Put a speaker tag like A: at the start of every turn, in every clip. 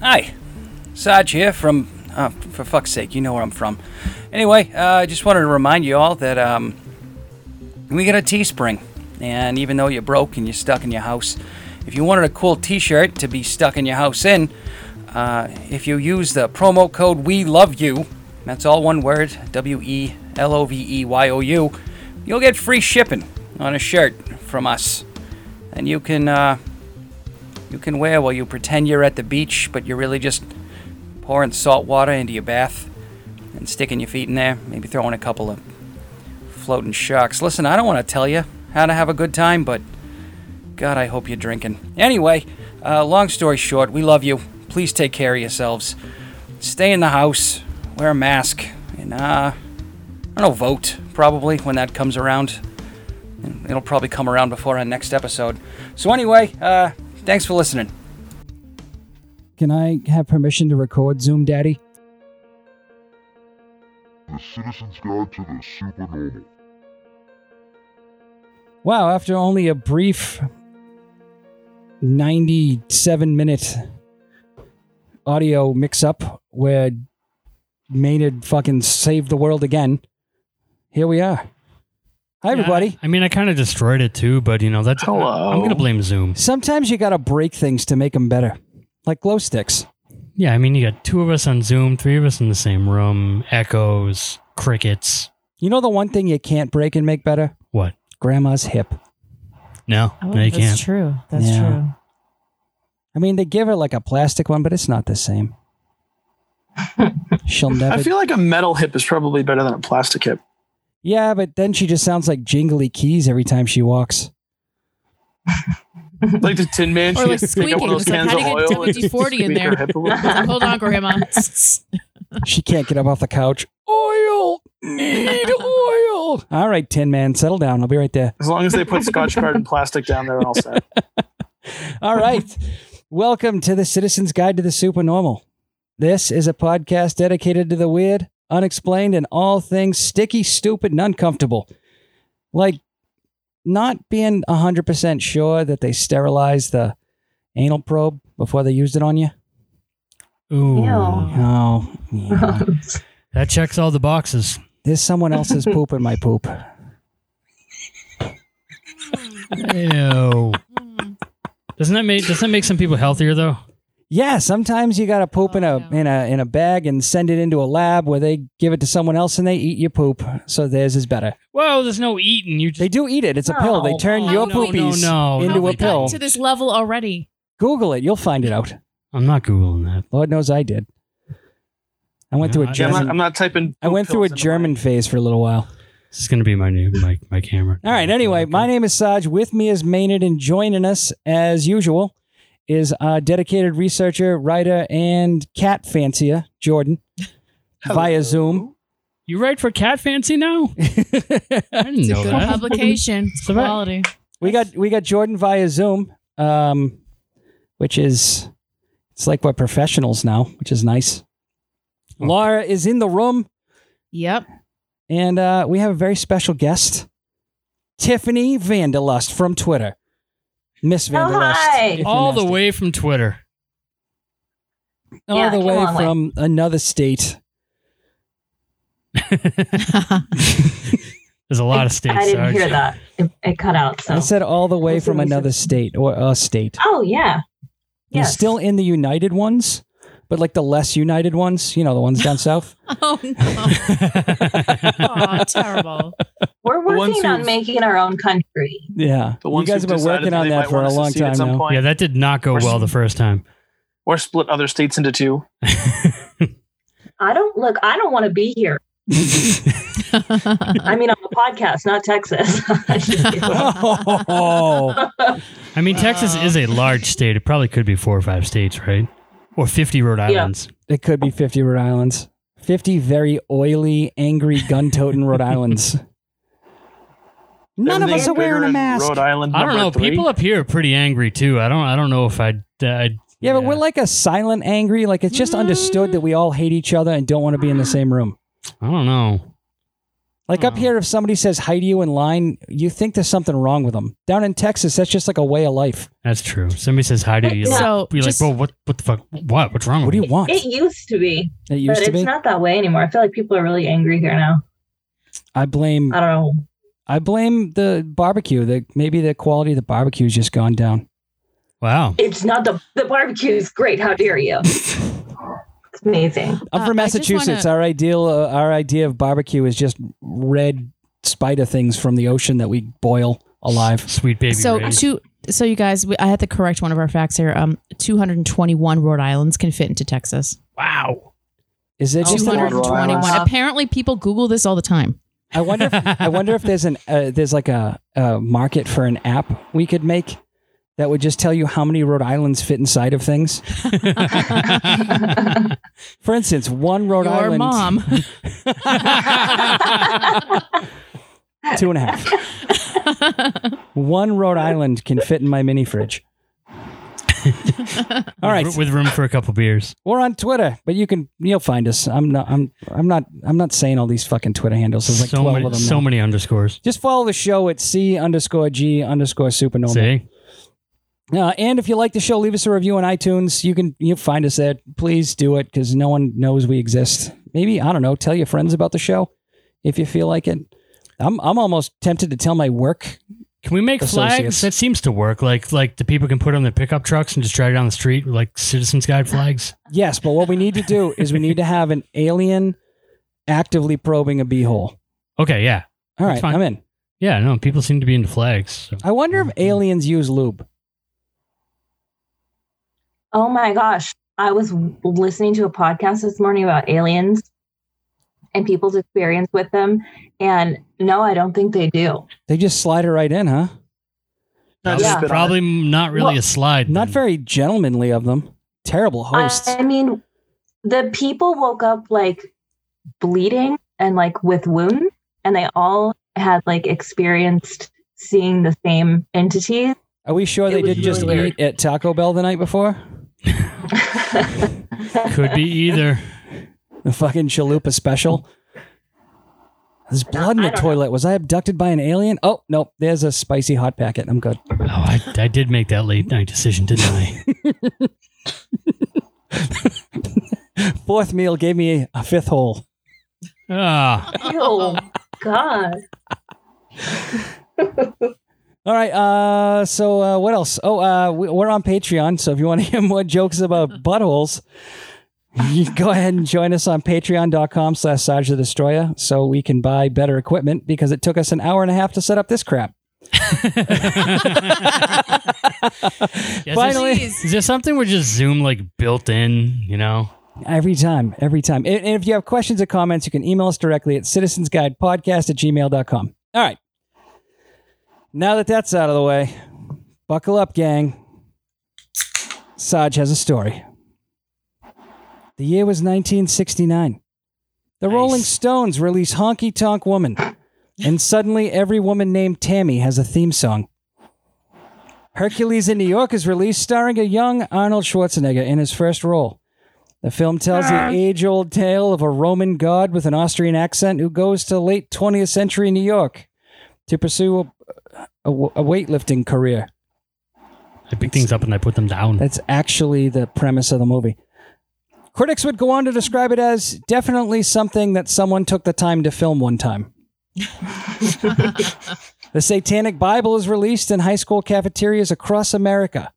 A: Hi, Sarge here from. Uh, for fuck's sake, you know where I'm from. Anyway, uh, I just wanted to remind you all that um, we got a Teespring, and even though you're broke and you're stuck in your house, if you wanted a cool T-shirt to be stuck in your house in, uh, if you use the promo code We Love You, that's all one word, W E L O V E Y O U, you'll get free shipping on a shirt from us, and you can. Uh, you can wear while you pretend you're at the beach, but you're really just pouring salt water into your bath and sticking your feet in there, maybe throwing a couple of floating sharks. Listen, I don't want to tell you how to have a good time, but God, I hope you're drinking. Anyway, uh, long story short, we love you. Please take care of yourselves. Stay in the house, wear a mask, and, uh, I don't know, vote probably when that comes around. It'll probably come around before our next episode. So, anyway, uh, thanks for listening. Can I have permission to record Zoom Daddy?
B: The Citizen's Guide to the Supernormal.
A: Wow, after only a brief 97 minute audio mix up where Maynard fucking saved the world again, here we are. Hi,
C: Yeah,
A: everybody.
C: I mean, I kind of destroyed it too, but you know, that's.
D: Hello.
C: I'm gonna blame Zoom.
A: Sometimes you gotta break things to make them better, like glow sticks.
C: Yeah, I mean, you got two of us on Zoom, three of us in the same room, echoes, crickets.
A: You know the one thing you can't break and make better?
C: What?
A: Grandma's hip.
C: No,
E: Oh,
C: no, you
E: that's
C: can't.
E: true. That's
A: Yeah.
E: true.
A: I mean, they give her like a plastic one, but it's not the same. She'll never.
D: I feel like a metal hip is probably better than a plastic hip.
A: yeah, but then she just sounds like jingly keys every time she walks.
D: Like the Tin Man, she
F: Or like
D: has to pick
F: squeaking.
D: up one of those
F: It's like,
D: cans
F: how
D: of
F: do you get
D: oil and
F: WD 40 in
D: squeak her
F: there?
D: hip a little bit.
F: Hold on, Grandma.
A: She can't get up off the couch. Oil, need oil. All right, Tin Man, settle down. I'll be right there.
D: As long as they put Scotch Guard and plastic down there, and all set.
A: All right. Welcome to the Citizen's Guide to the Supernormal. This is a podcast dedicated to the weird, unexplained, and all things sticky, stupid, and uncomfortable. Like not being 100% sure that they sterilized the anal probe before they used it on you.
C: Ooh,
G: Ew.
A: Oh, yeah.
C: that checks all the boxes.
A: there's someone else's poop in my poop.
C: Ew. Doesn't that make doesn't that make some people healthier though?
A: Yeah, sometimes you got to poop in a
F: Oh, yeah.
A: in a in a bag and send it into a lab where they give it to someone else and they eat your poop. So theirs is better.
C: Well, there's no eating. You
A: They
C: just
A: do eat it. It's a pill. They
G: No.
A: turn
F: Oh,
A: your
F: no,
A: poopies.
C: no, no,
A: into
F: How have
A: a
F: we gotten
A: pill.
F: to this level already?
A: Google it. You'll find it out.
C: I'm not googling that.
A: Lord knows I did. I went
C: Yeah,
A: through a
C: I-
D: Yeah, I'm, not,
A: German.
D: I'm not typing.
A: I went through a
D: pills into
A: German phase for a little while.
C: This is gonna be my new my my camera.
A: All right. Anyway, my name is Saj. With me is Maynard, and joining us as usual is our dedicated researcher, writer, and cat fancier, Jordan,
D: my-
A: via Zoom.
C: You write for Cat Fancy now? I didn't
F: It's a
C: know
F: good
C: that.
F: publication. It's
C: So that-
F: quality.
A: We got we got Jordan via Zoom, um, which is it's like we're professionals now, which is nice. Laura is in the room,
F: Yep.
A: and uh, we have a very special guest, Tiffany Vanderlust from Twitter, Miss Vanderlust,
G: Oh, hi.
A: if you're
C: All the
A: nasty.
C: way from Twitter.
A: all
G: Yeah,
A: the
G: came a
A: way
G: long way.
A: from another state.
C: There's a lot of states.
G: I didn't
C: Sarge.
G: hear that. It, it cut out. So.
A: I said all the way
G: That's
A: from
G: what I said.
A: another state or a state.
G: oh yeah.
A: You're
G: Yes.
A: still in the United ones, but like the less United ones, you know, the ones down south.
F: Oh no. Oh, terrible.
G: We're
D: ones
G: working on
D: who've-
G: making our own country.
A: Yeah,
D: The ones
A: you guys
D: who've
A: have been
D: decided
A: working
D: that
A: on
D: they
A: that
D: might
A: for
D: wanna
A: a long
D: secede at
A: time
D: some
A: now.
D: point,
C: yeah, that did not go well the first time.
D: or split other states into two.
G: I don't look. I don't want to be here. I mean, on the podcast, not Texas.
A: oh,
C: I mean, Texas
F: Wow.
C: is a large state. It probably could be four or five states, right? Or 50 Rhode Islands.
A: it could be 50 Rhode Islands. 50 very oily, angry, gun toting Rhode Islands. None of
D: Everything
A: us are wearing
D: bigger
A: a
D: in
A: mask.
D: Rhode Island.
C: I don't
D: number
C: know.
D: three.
C: People up here are pretty angry too. I don't. I don't know if I'd. uh, I'd
A: Yeah, but we're like a silent angry. Like it's just understood that we all hate each other and don't want to be in the same room.
C: I don't know.
A: Like up
G: Hmm.
C: Oh.
A: here, if somebody says hi to you in line, you think there's something wrong with them. Down in Texas, that's just like a way of life.
C: That's true. Somebody says hi to you.
G: Yeah.
C: Like,
F: So
C: you're
F: just,
C: like, bro, what, what the fuck? What? What's wrong
A: What
C: with
A: do you
C: you?
A: want?
G: Hmm. It
A: It
G: used to be, but
A: used to
G: it's
A: be.
G: not that way anymore. I feel like people are really angry here now.
A: I blame
G: I don't know.
A: I blame the barbecue. The maybe the quality of the barbecue has just gone down.
C: Wow.
G: It's not the the barbecue is great. How dare you? it's amazing.
A: I'm
F: Uh,
A: from
F: I just
A: Massachusetts.
F: wanna-
A: Our ideal, uh, our idea of barbecue is just red spider things from the ocean that we boil alive.
C: Sweet baby.
F: so
C: Ray.
F: two. So you guys, we, I had to correct one of our facts here. Um, 221 Rhode Islands can fit into Texas.
C: wow.
A: Is
F: Oh,
E: Oh,
A: it just?
D: Rhode
A: An,
F: 221.
G: Islands.
F: Apparently, people Google this all the time.
A: I wonder. If, I wonder if there's an uh, there's like a, a market for an app we could make that would just tell you how many Rhode Islands fit inside of things. For instance, one Rhode
F: Your
A: Island,
F: mom.
A: two and a half. One Rhode Island can fit in my mini fridge. All right,
C: With room for a couple beers.
A: We're on Twitter, but you can you'll find us. I'm not I'm I'm not I'm not saying all these fucking Twitter handles. There's like
C: so
A: twelve
C: many,
A: of them.
C: so
A: now.
C: many underscores.
A: Just follow the show at C underscore G underscore supernormal.
C: See?
A: Uh, and if you like the show, leave us a review on iTunes. You can you find us there. Please do it because no one knows we exist. Maybe I don't know. Tell your friends about the show if you feel like it. I'm I'm almost tempted to tell my work.
C: Can we make
A: Associates.
C: flags? That seems to work. Like like the people can put on their pickup trucks and just drive down the street with, like citizens guide flags.
A: Yes, but what we need to do is we need to have an alien actively probing a beehole.
C: Okay, yeah.
A: All right,
C: That's fine.
A: I'm in.
C: Yeah, no, people seem to be into flags. So.
A: I wonder if
C: Mm-hmm.
A: aliens use lube.
G: Oh my gosh. I was listening to a podcast this morning about aliens and people's experience with them. And no, I don't think they do.
A: They just slide it right in, huh?
D: Not
C: Probably,
D: just
G: Yeah.
D: spit on
C: probably not really
G: Well,
C: a slide.
A: Not
G: Mm-hmm.
C: then.
A: very gentlemanly of them. Terrible hosts.
G: I mean, the people woke up like bleeding and like with wounds, and they all had like experienced seeing the same entities.
A: Are we sure
G: It
A: they
G: was
A: didn't just
G: really weird.
A: eat at Taco Bell the night before?
C: Could be either.
A: The fucking chalupa special. There's blood in
G: I
A: the
G: don't
A: toilet. Was I abducted by an alien? Oh nope. There's a spicy hot packet. I'm good.
C: Oh, I, I did make that late night decision, didn't I?
A: Fourth meal gave me a fifth hole.
C: Ah,
G: Ew, God.
A: All right. Uh, so uh, what else? Oh, uh, we- we're on Patreon. So if you want to hear more jokes about buttholes, you go ahead and join us on patreon.com slash Sarge the Destroyer so we can buy better equipment because it took us an hour and a half to set up this crap.
C: Yeah,
A: Finally.
C: is, there- is there something where just Zoom like built in? You know,
A: Every time, every time. And and if you have questions or comments, you can email us directly at citizensguidepodcast at gmail.com. All right. Now that that's out of the way, buckle up, gang. Sarge has a story. The year was 1969. The
C: Nice.
A: Rolling Stones release Honky Tonk Woman, and suddenly every woman named Tammy has a theme song. Hercules in New York is released, starring a young Arnold Schwarzenegger in his first role. The film tells the age old tale of a Roman god with an Austrian accent who goes to late 20th century New York to pursue a, a, a weightlifting career.
C: I pick things up and I put them down.
A: That's actually the premise of the movie. Critics would go on to describe it as definitely something that someone took the time to film one time. the Satanic Bible is released in high school cafeterias across America.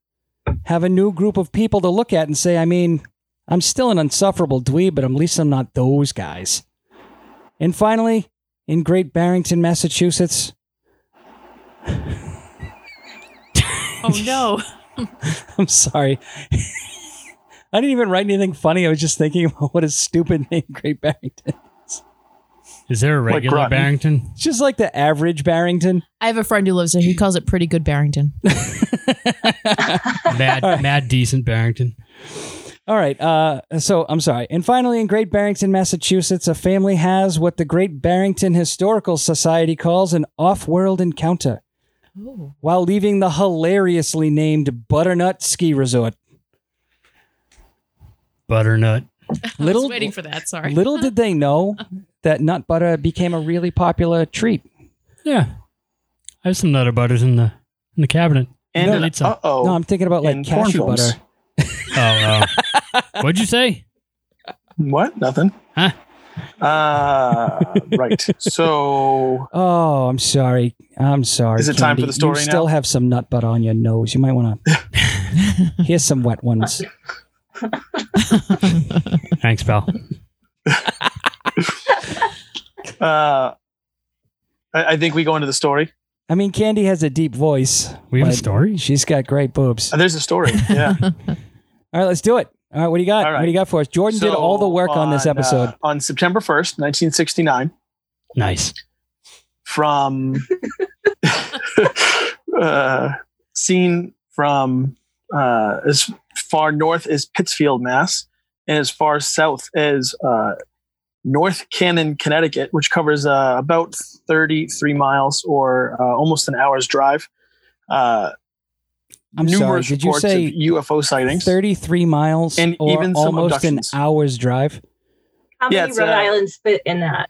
A: Have a new group of people to look at and say, I mean, I'm still an insufferable dweeb, but at least I'm not those guys. And finally, in Great Barrington, Massachusetts,
F: oh no.
A: I'm sorry. I didn't even write anything funny. I was just thinking about what a stupid name Great Barrington.
C: Is there a
D: Like
C: regular
D: rotten.
C: Barrington?
A: It's just like the average Barrington.
F: I have a friend who lives there. He calls it pretty good Barrington.
C: Mad, mad, decent Barrington.
A: All right. Uh, so I'm sorry. And finally, in Great Barrington, Massachusetts, a family has what the Great Barrington Historical Society calls an off world encounter while leaving the hilariously named Butternut Ski Resort.
C: Butternut.
F: I
A: Little-
F: was waiting for that. Sorry.
A: Little did they know that nut butter became a really popular treat.
C: Yeah. I have some nutter butters in the in the cabinet.
D: And
C: No,
D: an
C: it's a-
D: uh oh.
A: No, I'm thinking about like
D: and
A: cashew
D: cornflakes.
A: butter.
C: Oh, oh. what'd you say?
D: What? Nothing.
C: Huh?
D: Uh, right. So
A: Oh, I'm sorry. I'm sorry.
D: Is it time
A: Candy.
D: for the story
A: You
D: now?
A: still have some nut butter on your nose. You might want to. Here's some wet ones.
C: Thanks, pal.
D: uh, I, I think we go into the story.
A: I mean, Candy has a deep voice.
C: We have a
A: but
C: story.
A: She's got great boobs.
D: Uh, there's a story. Yeah.
A: All right, let's do it. All right, what do you got?
D: All right.
A: What do you got for us? Jordan did
D: So
A: all the work on, this
D: uh,
A: episode.
D: on September 1st, 1969,
C: Nice.
D: from uh, seen from uh, as far north as Pittsfield, Mass, and as far south as uh, North Cannon, Connecticut, which covers uh, about 33 miles or uh, almost an hour's drive. Uh,
A: I'm sorry,
D: numerous
A: did you
D: reports
A: say
D: of UFO sightings.
A: 33 miles
D: And
A: or
D: even some
A: almost an
D: abductions.
A: hour's drive.
G: How
D: Yeah,
G: many
D: it's,
G: Rhode
D: uh,
G: Islands fit in that?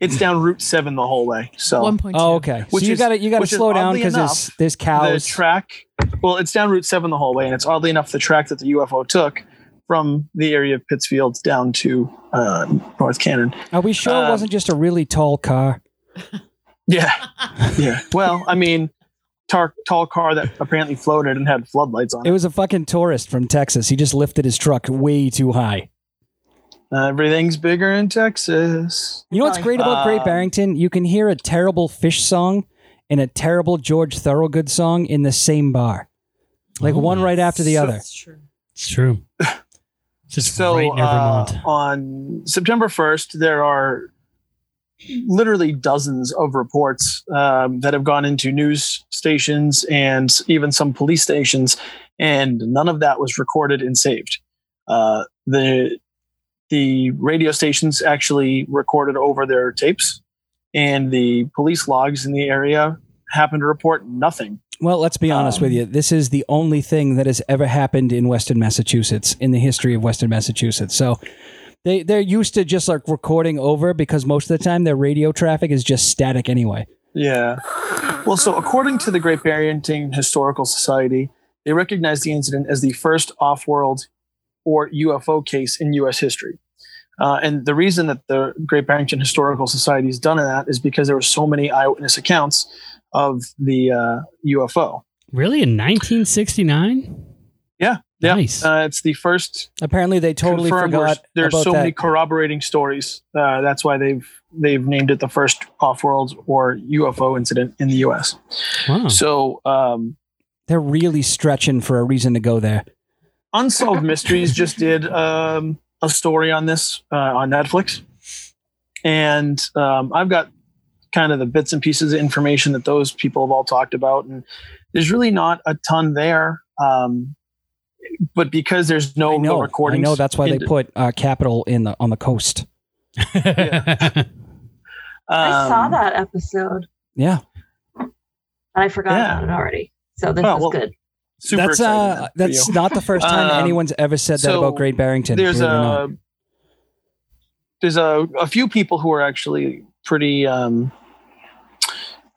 D: It's down Route 7 the whole way. So
F: One point two.
A: Oh, okay.
D: Which
A: so you
D: is-
A: got to you got to
D: which is
A: slow down
D: oddly
A: because there's
D: enough,
A: there's
D: the
A: cows.
D: track well it's down route 7 the whole way and it's oddly enough the track that the ufo took from the area of pittsfield down to uh, north cannon
A: Are we sure it
D: um,
A: wasn't just a really tall car?
D: yeah yeah well i mean tar- tall car that apparently floated and had floodlights on
A: It
D: it,
A: was a fucking tourist from Texas. He just lifted his truck way too high.
D: Uh, everything's bigger in texas
A: You know what's
G: Probably.
A: great about Great
D: Um,
A: Barrington? You can hear a terrible fish song and a terrible George Thorogood song in the same bar, like
C: Oh.
A: one right after the other.
C: It's true. It's just
D: so
C: right in
D: uh,
C: Vermont.
D: on september 1st there are literally dozens of reports um, that have gone into news stations and even some police stations and none of that was recorded and saved uh, the the radio stations actually recorded over their tapes and the police logs in the area happened to report nothing
A: Well, let's be honest
D: Um,
A: with you. This is the only thing that has ever happened in Western Massachusetts in the history of Western Massachusetts. So they they're used to just like recording over because most of the time their radio traffic is just static anyway.
D: Yeah. Well, so according to the Great Barrington Historical Society, they recognize the incident as the first off world or UFO case in U.S. history. Uh, and the reason that the Great Barrington Historical Society has done that is because there were so many eyewitness accounts of the uh, UFO.
C: Really, in 1969?
D: Yeah, yeah.
C: Nice.
D: Uh, it's the first
A: Apparently, they totally
D: confirmed
A: forgot
D: where there's
A: about
D: so
A: that.
D: many corroborating stories. Uh, that's why they've they've named it the first off-world or UFO incident in the U.S.
C: wow.
D: So um,
A: they're really stretching for a reason to go there.
D: Unsolved Mysteries just did um, a story on this uh, on Netflix, and um, I've got kind of the bits and pieces of information that those people have all talked about, and there's really not a ton there. Um, but because there's no
A: I know.
D: real
A: I
D: Oh, recordings,
A: know that's why they
D: into-
A: put uh, capital in the on the coast.
G: I saw
D: um,
G: that episode,
A: Yeah,
G: and I forgot
D: yeah.
G: about it already. So this
D: Oh,
G: is
D: well,
G: good.
D: Super
A: that's
D: excited
A: uh,
D: for
A: that's
D: you.
A: not the first time
D: Um,
A: anyone's ever said that
D: so
A: about Great Barrington.
D: there's
A: believe it or not.
D: a there's a, a few people who are actually pretty um,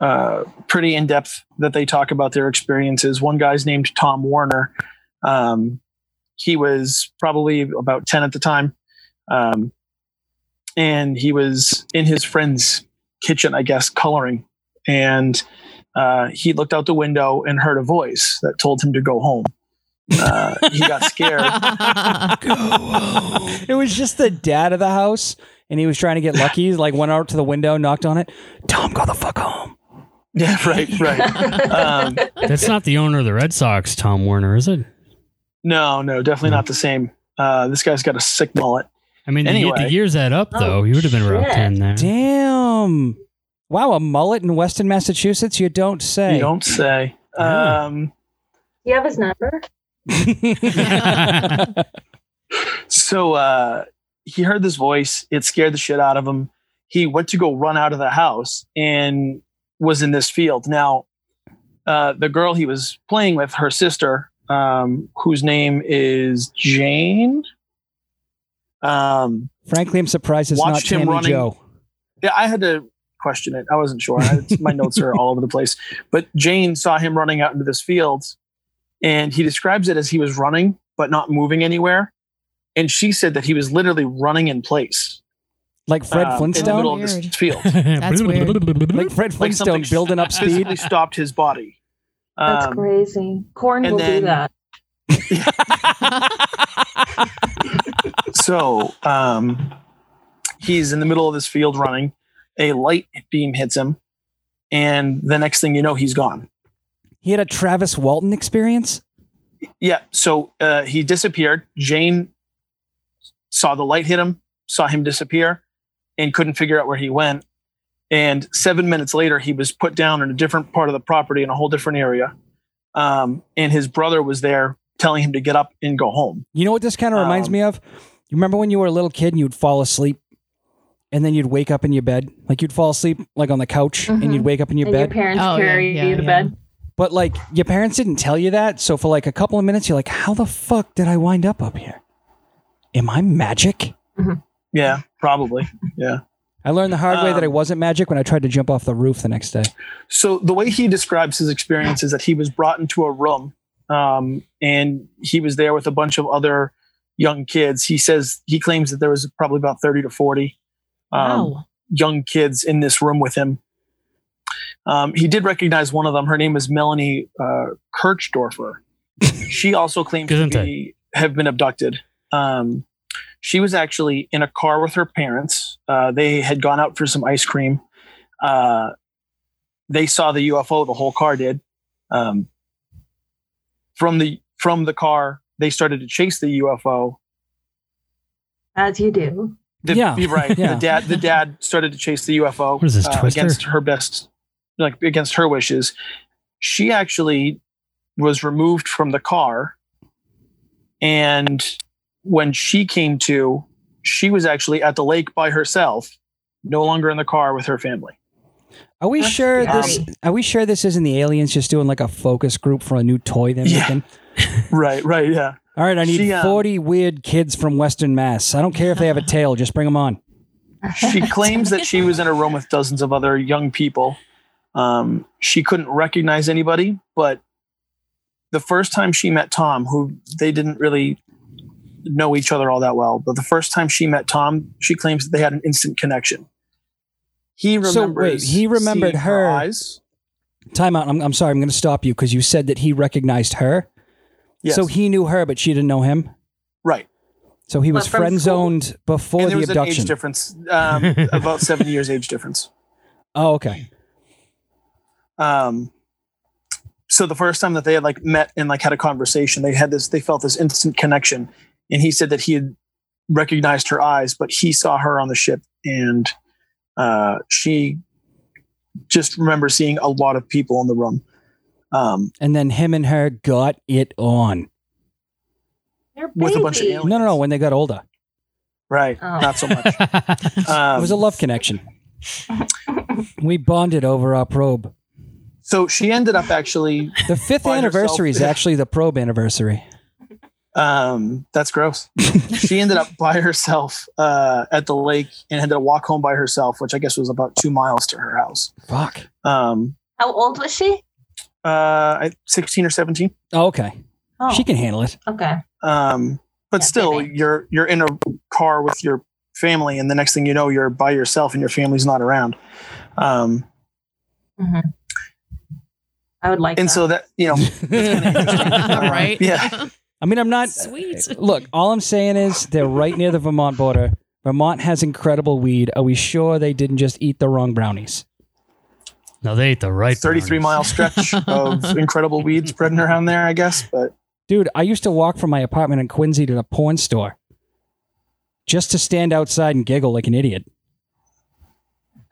D: uh, pretty in depth that they talk about their experiences. One guy's named Tom Warner. Um, he was probably about ten at the time, um, and he was in his friend's kitchen, I guess, coloring, and uh, he looked out the window and heard a voice that told him to go home. Uh, he got scared. Um,
A: it was just the dad of the house, and he was trying to get lucky. Like went out to the window, knocked on it. Tom, go the fuck home.
D: Yeah, right, right. Um,
C: That's not the owner of the Red Sox, Tom Warner, is it?
D: no, no, definitely not the same. Uh, this guy's got a sick mullet.
C: I mean, the- the,
D: Anyway.
C: years add up, though.
G: Oh,
C: you would have been around
G: shit.
C: 10 there.
A: Damn. Wow, a mullet in Weston, Massachusetts. You don't say.
D: You don't say. Um,
G: Do you have his number?
D: so uh, he heard this voice. It scared the shit out of him. He went to go run out of the house and was in this field. Now, uh, the girl he was playing with, her sister, um, whose name is Jane. Um,
A: Frankly, I'm surprised it's
D: Watched
A: not
D: him
A: Tammy
D: running.
A: Joe.
D: Yeah, I had to question it. I wasn't sure. I, my notes are all over the place. But Jane saw him running out into this field, and he describes it as he was running but not moving anywhere. And she said that he was literally running in place.
A: Like Fred
D: um, In the
A: Flintstone?
D: middle of this
F: Weird.
D: field.
F: That's weird.
A: Like Fred
D: Like
A: Flintstone
D: something
A: building up speed?
D: physically stopped his body.
G: That's
D: Um,
G: crazy. Corn
D: and
G: will
D: then-
G: do that.
D: so um, he's in the middle of this field running. A light beam hits him, and the next thing you know, he's gone.
A: He had a Travis Walton experience?
D: Yeah. So uh, he disappeared. Jane saw the light hit him, saw him disappear, and couldn't figure out where he went. And seven minutes later, he was put down in a different part of the property in a whole different area. Um, and his brother was there telling him to get up and go home.
A: You know what this kind of reminds
D: Um,
A: me of? You remember when you were a little kid and you'd fall asleep and then you'd wake up in your bed? Like you'd fall asleep like on the couch and you'd
G: Mhm.
A: wake up in your
G: and
A: bed.
G: your parents
F: Oh, yeah,
G: carry
F: yeah,
G: you to
F: yeah.
G: bed.
A: but like your parents didn't tell you that. So for like a couple of minutes, you're like, how the fuck did I wind up up here? Am I magic?
D: Yeah, probably.
A: I learned the hard way that I
D: Um,
A: wasn't magic when I tried to jump off the roof the next day.
D: So the way he describes his experience is that he was brought into a room, um, and he was there with a bunch of other young kids. He says he claims that there was probably about thirty to forty um,
F: wow.
D: young kids in this room with him. Um, he did recognize one of them. Her name was Melanie uh, Kirchdorfer. she also claims to
C: Gesundheit.
D: be, have been abducted. Um, she was actually in a car with her parents. Uh, they had gone out for some ice cream. Uh, they saw the UFO. The whole car did. Um, from the from the car, they started to chase the UFO.
G: As you do.
D: The,
A: Yeah.
D: you're right.
A: Yeah.
D: The dad, the dad started to chase the UFO
C: What is this, Twister?
D: uh, against her best, like against her wishes. She actually was removed from the car, and when she came to, she was actually at the lake by herself, no longer in the car with her family.
A: Are we
G: That's
A: sure this?
G: scary.
A: Are we sure this isn't the aliens just doing like a focus group for a new toy they're
D: Yeah.
A: making?
D: Right, right, yeah.
A: All right, I need
D: She, um,
A: forty weird kids from Western Mass. I don't care if they have a tail; just bring them on.
D: she claims that she was in a room with dozens of other young people. Um, she couldn't recognize anybody, but the first time she met Tom, who they didn't really know each other all that well, but the first time she met Tom, she claims that they had an instant connection. He remembers.
A: So, wait, he remembered
D: seeing
A: her.
D: eyes.
A: Time out. I'm, I'm sorry. I'm going to stop you because you said that he recognized her.
D: Yes.
A: So he knew her, but she didn't know him.
D: right.
A: So he was
G: But from
A: friend zoned before
D: and there
A: the
D: was an age
A: abduction.
D: difference, um, about seven years age difference.
A: Oh, okay.
D: um so the first time that they had like met and like had a conversation they had this they felt this instant connection and he said that he had recognized her eyes but he saw her on the ship and uh she just remember seeing a lot of people in the room um
A: And then him and her got it on.
G: They're
D: With a bunch of
G: babies.
D: aliens.
A: No, no, no. When they got older,
D: right
G: Oh.
D: not so much
A: it
D: um,
A: was a love connection. we bonded over our probe.
D: so she ended up actually
A: The fifth
D: Find herself-
A: anniversary is actually the probe anniversary.
D: Um, that's gross. she ended up by herself uh, at the lake and had to walk home by herself, which I guess was about two miles to her house.
A: Fuck.
D: Um,
G: How old was she?
D: uh, I- sixteen or seventeen.
A: Oh, okay.
G: Oh,
A: She can handle it.
G: okay.
D: Um, but
G: Yeah,
D: still,
G: baby.
D: you're you're in a car with your family, and the next thing you know, you're by yourself, and your family's not around. Um,
G: I would like
D: and
G: that.
D: so that you know,
F: right?
D: Yeah.
A: I mean, I'm not.
F: Sweet.
A: Look, all I'm saying is they're right near the Vermont border. Vermont has incredible weed. Are we sure they didn't just eat the wrong brownies?
C: no, they ate the right.
D: thirty-three mile
C: brownies.
D: stretch of incredible weed spreading around there, I guess. But
A: Dude, I used to walk from my apartment in Quincy to the porn store just to stand outside and giggle like an idiot.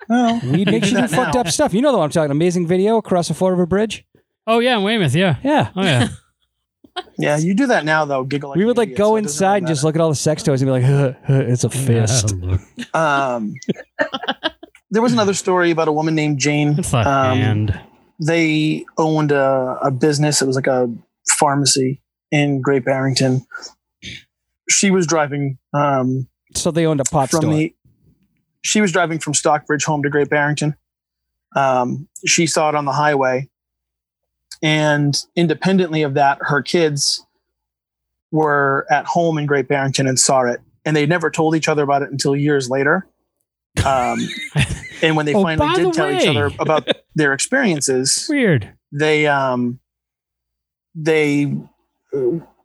D: well,
A: Weed makes you do
D: that now.
A: fucked up stuff. You know what I'm talking. Amazing video across the floor of a bridge.
C: Oh yeah, in Weymouth. Yeah.
A: Yeah.
C: Oh yeah.
D: yeah, you do that now though. Giggle. Like
A: we
D: an
A: would like
D: idiot,
A: go
D: so it doesn't
A: inside
D: really
A: and just
D: matter.
A: look at all the sex toys and be like, huh, huh, it's a fist.
C: Yeah, look.
D: Um, there was another story about a woman named Jane.
C: It's not
D: Um,
C: hand.
D: They owned a, a business. It was like a pharmacy in Great Barrington. She was driving um,
A: So they owned a pot
D: from
A: store.
D: the she was driving from Stockbridge home to Great Barrington. Um, she saw it on the highway, and independently of that, her kids were at home in Great Barrington and saw it, and they never told each other about it until years later. Um, and when they
C: Oh,
D: finally
C: by
D: did
C: the
D: tell each
C: way.
D: other about their experiences,
C: Weird.
D: they um they uh,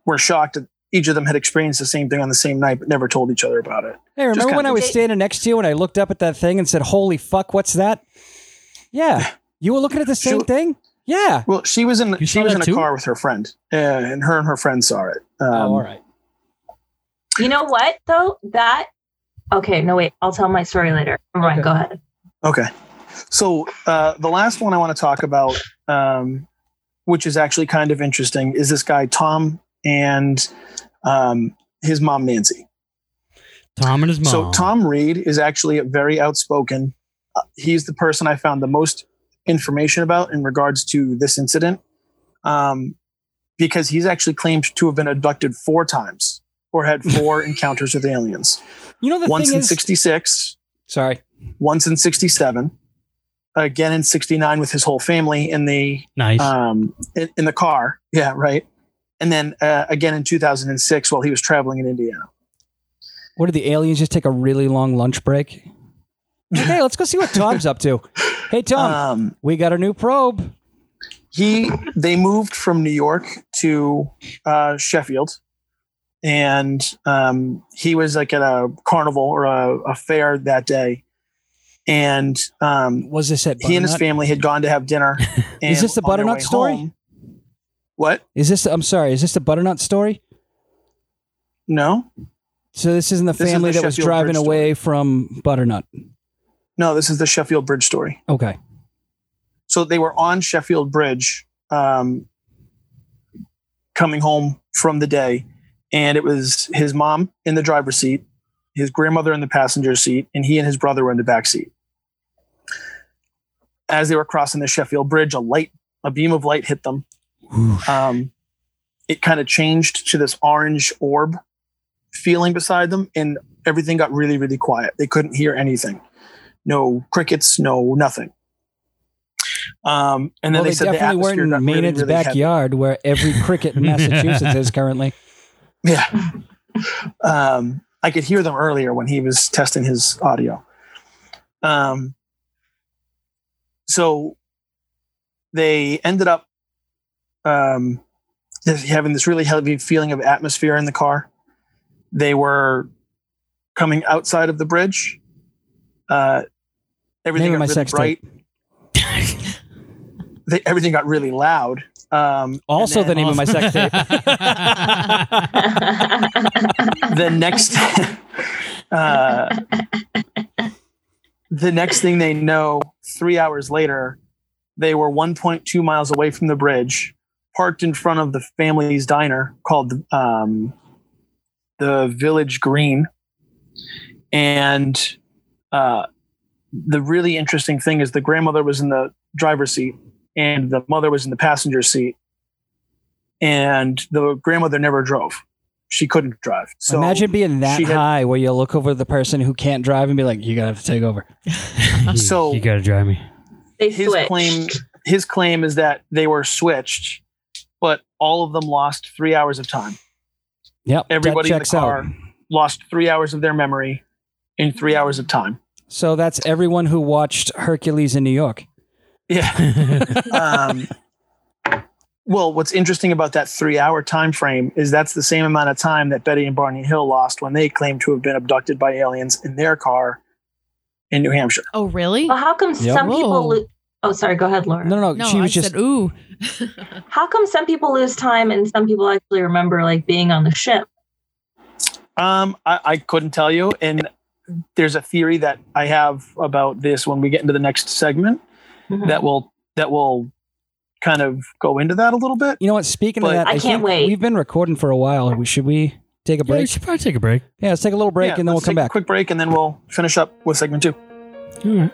D: were shocked that each of them had experienced the same thing on the same night but never told each other about it
A: Hey, remember
D: kinda
A: when I was
G: date-
A: standing next to you and I looked up at that thing and said, "Holy fuck, what's that?" Yeah, you were looking at the same
D: Sure.
A: thing. Yeah.
D: well she was in
C: You
D: she
C: saw
D: was
C: that
D: in a
C: too?
D: car with her friend uh, and her and her friend saw it um,
A: oh, all right.
G: You know what though? That okay. No wait, I'll tell my story later. Never mind.
A: Okay.
G: Go ahead.
D: okay so uh, the last one i want to talk about um, which is actually kind of interesting is this guy tom and um, his mom nancy
C: Tom and his mom.
D: So Tom Reed is actually very outspoken. Uh, he's the person I found the most information about in regards to this incident, um, because he's actually claimed to have been abducted four times or had four encounters with aliens.
A: You know the
D: Once
A: thing
D: in
A: is,
D: '66,
A: sorry,
D: once in '67, again in '69 with his whole family in the
C: Nice.
A: uh,
D: um, in, in the car. Yeah, right. And then uh, again in 2006 while he was traveling in Indiana.
A: what did the aliens just take a really long lunch break? Okay, let's go see what Tom's up to. Hey, Tom,
D: Um,
A: we got a new probe.
D: he they moved from New York to uh, Sheffield, and um, he was like at a carnival or a, a fair that day, and um,
A: Was this at
D: he and his
A: Butternut?
D: family had gone to have dinner. And
A: Is this the
D: on their
A: butternut
D: way
A: story?
D: home- what?
A: Is this? I'm sorry. Is this the butternut story?
D: No,
A: So this isn't the
D: This is
A: family
D: the
A: that was
D: Sheffield
A: driving
D: Bridge
A: away from butternut.
D: no, this is the Sheffield Bridge story.
A: Okay.
D: So they were on Sheffield Bridge, um, coming home from the day, and it was his mom in the driver's seat, his grandmother in the passenger seat, and he and his brother were in the back seat. As they were crossing the Sheffield Bridge, a light, a beam of light hit them. Um, it kind of changed to this orange orb feeling beside them, and everything got really, really quiet. They couldn't hear anything. No crickets, no nothing. Um, and then
A: well,
D: they,
A: they,
D: said the
A: definitely
D: atmosphere
A: weren't
D: got
A: in
D: really,
A: Maynard's
D: really heavy.
A: backyard, where every cricket in Massachusetts is currently.
D: Yeah. um, I could hear them earlier when he was testing his audio. Um, so they ended up um, just having this really heavy feeling of atmosphere in the car. They were coming outside of the bridge. Uh, everything
A: Name of
D: got
A: my
D: really
A: sex
D: bright. They, everything got really loud. Um, and
A: Also, the
D: then
A: name of my sex tape.
D: the next uh, the next thing they know three hours later they were 1.2 miles away from the bridge parked in front of the family's diner called um, the village green and uh, the really interesting thing is the grandmother was in the driver's seat and the mother was in the passenger seat and the grandmother never drove she couldn't drive so
A: Imagine being that
D: she had-
A: high where you look over the person who can't drive and be like, "You're gonna have to take over."
C: You-
D: so-
C: you gotta drive me.
G: they
D: his
G: switched.
D: claim his claim is that they were switched, but all of them lost three hours of time.
A: Yep. that
D: Everybody in the
A: checks
D: car
A: out.
D: lost three hours of their memory in three hours of time.
A: So that's everyone who watched Hercules in New York.
D: Yeah. Um, well, what's interesting about that three-hour time frame is that's the same amount of time that Betty and Barney Hill lost when they claimed to have been abducted by aliens in their car in New Hampshire.
F: oh, really?
G: Well, how come
A: Yeah.
G: some people?
F: Whoa.
G: Lo- oh, sorry. Go ahead, Laura.
A: No, no, no.
F: No,
A: she was
F: I
A: just
F: said, ooh.
G: How come some people lose time and some people actually remember like being on the ship?
D: Um, I, I couldn't tell you. And there's a theory that I have about this when we get into the next segment
G: Mhm.
D: that will that will kind of go into that a little bit.
A: You know what? Speaking of
D: But-
A: that,
G: I
A: I,
G: can't
A: think
G: wait.
A: We've been recording for a while. We- Should we take a
C: yeah, we
A: break?
C: should probably take a break.
A: Yeah, let's take a little break
D: Yeah,
A: and then we'll
D: let's
A: come
D: take a
A: back.
D: quick break and then we'll finish up with segment two.
C: All right.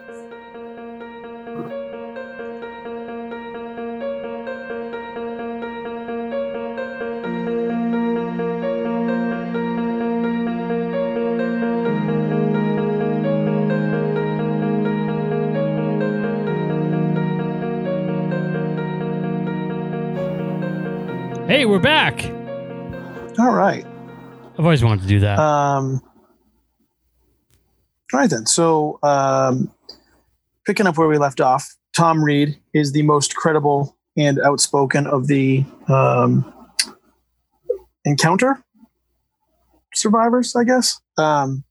C: we're back.
D: All right.
C: I've always wanted to do that.
D: Um, all right then. So, um, picking up where we left off, Tom Reed is the most credible and outspoken of the um, encounter survivors, I guess, um,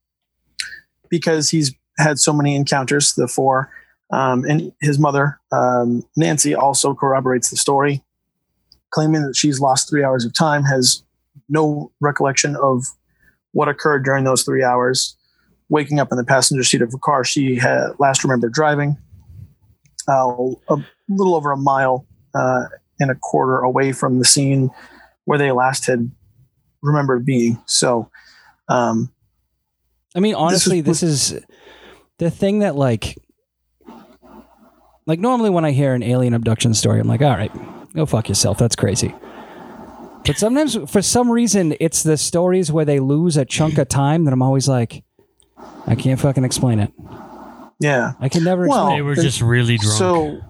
D: because he's had so many encounters. The four, um, and his mother um, Nancy also corroborates the story, claiming that she's lost three hours of time, has no recollection of what occurred during those three hours. Waking up in the passenger seat of a car she had last remembered driving, uh, a little over a mile uh, and a quarter away from the scene where they last had remembered being. So, um,
A: I mean, honestly,
D: was-
A: this is, the thing that like, like normally when I hear an alien abduction story, I'm like, all right, go fuck yourself. That's crazy. But sometimes, for some reason, it's the stories where they lose a chunk of time that I'm always like, I can't fucking explain it.
D: yeah.
A: I can never
D: Well,
A: explain.
C: they were
D: then-
C: just really drunk.
D: oh, So,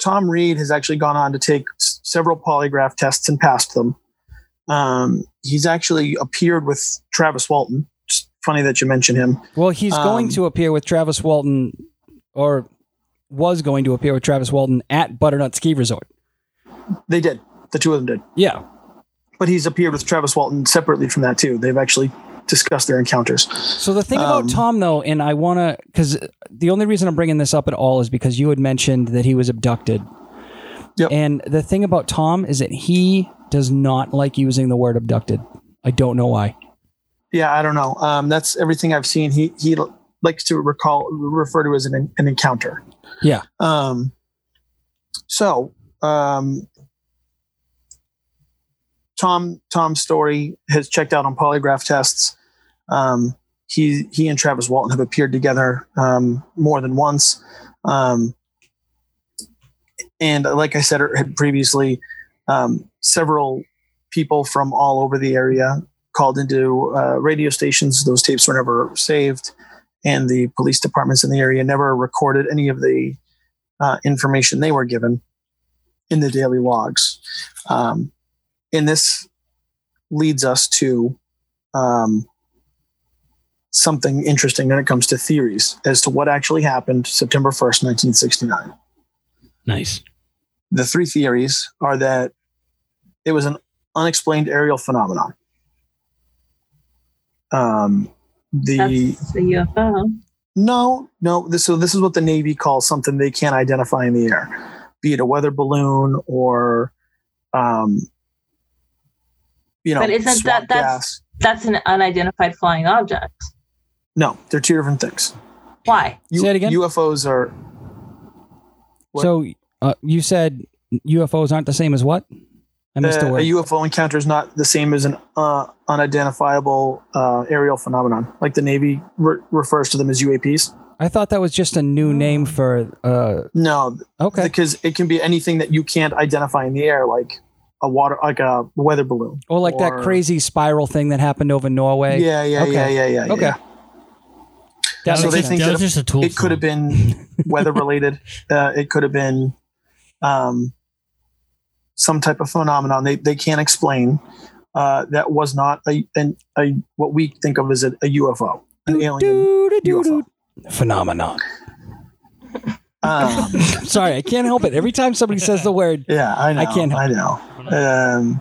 D: Tom Reed has actually gone on to take s- several polygraph tests and passed them. Um, he's actually appeared with Travis Walton. It's funny that you mention him.
A: Well, he's going
D: Um,
A: to appear with Travis Walton, or was going to appear with Travis Walton at Butternut Ski Resort.
D: They did. The two of them did.
A: Yeah,
D: But he's appeared with Travis Walton separately from that too. They've actually discussed their encounters.
A: So the thing about
D: Um,
A: Tom, though, and I want to, because the only reason I'm bringing this up at all is because you had mentioned that he was abducted.
D: Yep.
A: And the thing about Tom is that he does not like using the word abducted. I don't know why.
D: Yeah, I don't know. Um, that's everything I've seen. He he l- likes to recall refer to as an an encounter.
A: Yeah.
D: Um. So, um, Tom Tom's story has checked out on polygraph tests. Um, he he and Travis Walton have appeared together um, more than once. Um, and like I said er- previously, um, several people from all over the area called into uh, radio stations. Those tapes were never saved, and the police departments in the area never recorded any of the uh, information they were given in the daily logs. Um, and this leads us to um, something interesting when it comes to theories as to what actually happened September 1st, 1969
C: nice.
D: the three theories are that it was an unexplained aerial phenomenon. Um, the
G: That's the UFO.
D: no, no. This, so this is what the Navy calls something they can't identify in the air, be it a weather balloon or, um, you know,
G: But isn't
D: swamp
G: that- that's- That's an unidentified flying object.
D: no? They're two different things.
G: Why?
A: Say it again?
D: UFOs are What?
A: So uh, you said UFOs aren't the same as what? I missed
D: uh,
A: the word.
D: a UFO encounter is not the same as an uh, unidentifiable uh, aerial phenomenon. Like the Navy re- refers to them as UAPs.
A: I thought that was just a new
D: Mm.
A: name for. Uh,
D: No,
A: okay.
D: because it can be anything that you can't identify in the air, like a water, like a weather balloon.
A: or like that
D: or-
A: crazy spiral thing that happened over Norway.
D: Yeah, yeah,
A: Okay.
D: yeah, yeah, yeah.
A: Okay.
D: yeah.
A: That
D: So
A: makes
D: they
A: sense.
D: think
C: that
D: that
C: was just a tool.
D: It could have been weather related. uh, it could have been um, some type of phenomenon they, they can't explain. Uh, that was not a, an, a what we think of as a, a UFO, an alien.
A: Doo-doo-doo-doo. Phenomenon.
D: Um,
A: Sorry, I can't help it. Every time somebody says the word,
D: Yeah, I know.
A: I
D: I
A: can't
D: can't. I know. Um,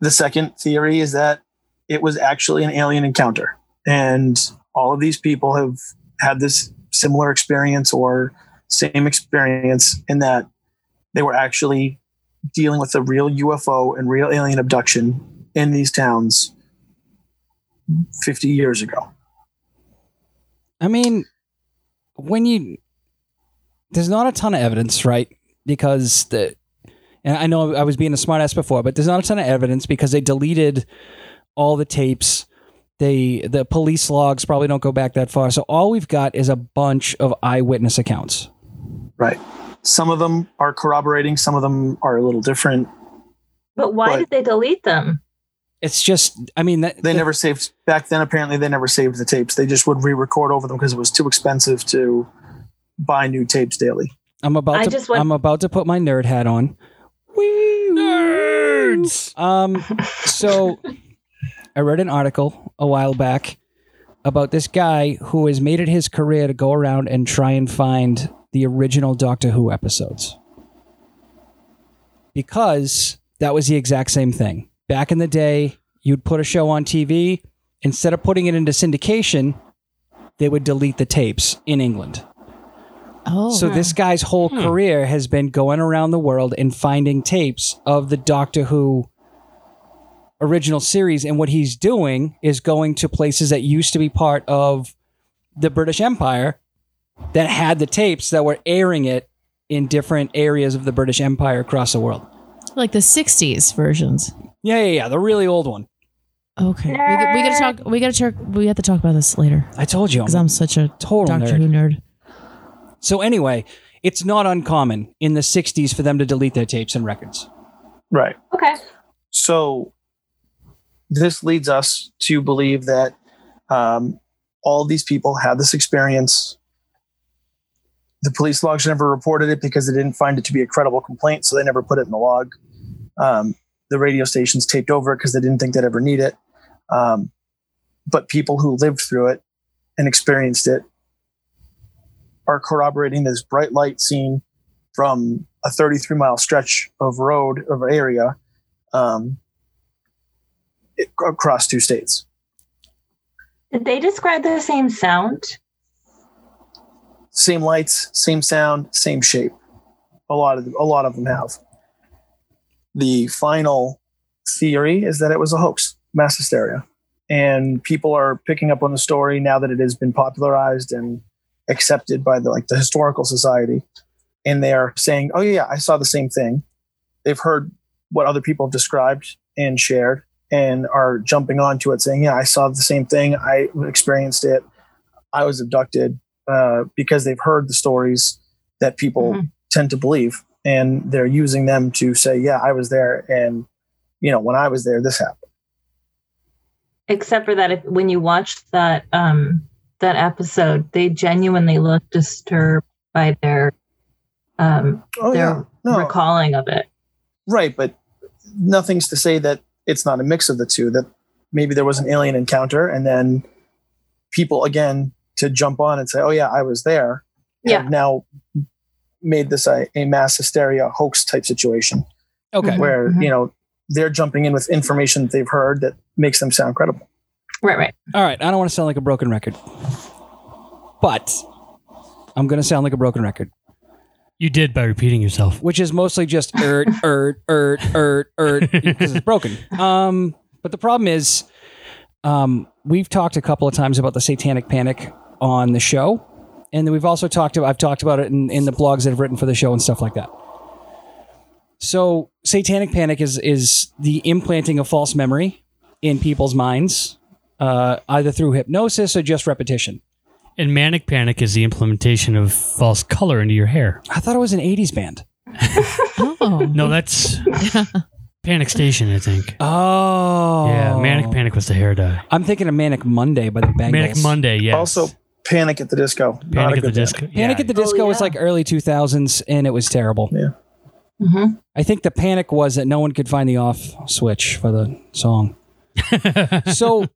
D: the second theory is that it was actually an alien encounter, and all of these people have had this similar experience or same experience in that they were actually dealing with a real UFO and real alien abduction in these towns 50 years ago.
A: I mean, when you there's not a ton of evidence, right? Because the and I know I was being a smartass before, but there's not a ton of evidence because they deleted all the tapes. They the police logs probably don't go back that far. So all we've got is a bunch of eyewitness accounts.
D: Right. Some of them are corroborating, some of them are a little different.
G: But why
D: Right.
G: did they delete them?
A: It's just I mean that
D: they
A: that-
D: never saved back then apparently they never saved the tapes they just would re-record over them because it was too expensive to buy new tapes daily
A: I'm about
G: I
A: to
G: just want-
A: I'm about to put my nerd hat on. Wee
C: Nerds!
A: Um, so I read an article a while back about this guy who has made it his career to go around and try and find the original Doctor Who episodes. Because that was the exact same thing. Back in the day, you'd put a show on TV, instead of putting it into syndication, they would delete the tapes in England.
F: Oh,
A: So this guy's whole career has been going around the world and finding tapes of the Doctor Who original series and what he's doing is going to places that used to be part of the British Empire that had the tapes that were airing it in different areas of the British Empire across the world.
F: like the '60s versions.
A: Yeah, yeah, yeah, the really old one.
F: Okay, we, got- we gotta talk. We gotta talk. We have to talk about this later
A: I told you.
F: because
A: I'm
F: I'm such a
A: total
F: Doctor
A: nerd.
F: Who nerd.
A: So anyway, it's not uncommon in the 60s for them to delete their tapes and records.
D: Right.
G: Okay.
D: So this leads us to believe that um, all these people had this experience. The police logs never reported it because they didn't find it to be a credible complaint, so they never put it in the log. Um, the radio stations taped over it because they didn't think they'd ever need it. Um, but people who lived through it and experienced it are corroborating this bright light seen from a 33 mile stretch of road of area um, it- across two states.
G: Did they describe the same sound?
D: Same lights, same sound, same shape. A lot of them, a lot of them have. The final theory is that it was a hoax, mass hysteria, and people are picking up on the story now that it has been popularized and accepted by the like the historical society, and they are saying, "Oh yeah, yeah, I saw the same thing." They've heard what other people have described and shared, and are jumping onto it, saying, "Yeah, I saw the same thing. I experienced it. I was abducted." Uh, because they've heard the stories that people
G: Mhm.
D: tend to believe, and they're using them to say, "Yeah, I was there," and you know, when I was there, this happened.
G: Except for that, if, when you watched that um, that episode, they genuinely looked disturbed by their um,
D: Oh
G: their recalling of it.
D: right, but nothing's to say that it's not a mix of the two. That maybe there was an alien encounter, and then people again to jump on and say, "Oh yeah, I was there."
G: Yeah.
D: have now made this a, a mass hysteria hoax type situation
A: Okay.
F: Mhm.
D: where you know they're jumping in with information that they've heard that makes them sound credible.
G: Right, right.
A: All right, I don't want to sound like a broken record, but I'm going to sound like a broken record,
C: You did by repeating yourself.
A: which is mostly just ert, ert, ert, ert, ert, because it's broken. Um, but the problem is, um, we've talked a couple of times about the satanic panic on the show, and then we've also talked about I've talked about it in, in the blogs that I've written for the show and stuff like that. So, satanic panic is is the implanting of false memory in people's minds, uh, either through hypnosis or just repetition.
C: And manic panic is the implementation of false color into your hair.
A: I thought it was an 80s band.
F: Oh,
C: No, that's Panic Station, I think.
A: Oh.
C: Yeah, manic panic was the hair dye.
A: I'm thinking of Manic Monday by the Bangles.
C: Manic Monday, yes.
D: Also, Panic at the Disco. not
C: Panic
D: a
C: at the
D: good band.
C: Disco.
A: Panic at the
G: Oh,
A: Disco was
G: yeah.
A: like early 2000s and it was terrible.
G: hmm
A: I think the panic was that no one could find the off switch for the song.
C: the
A: So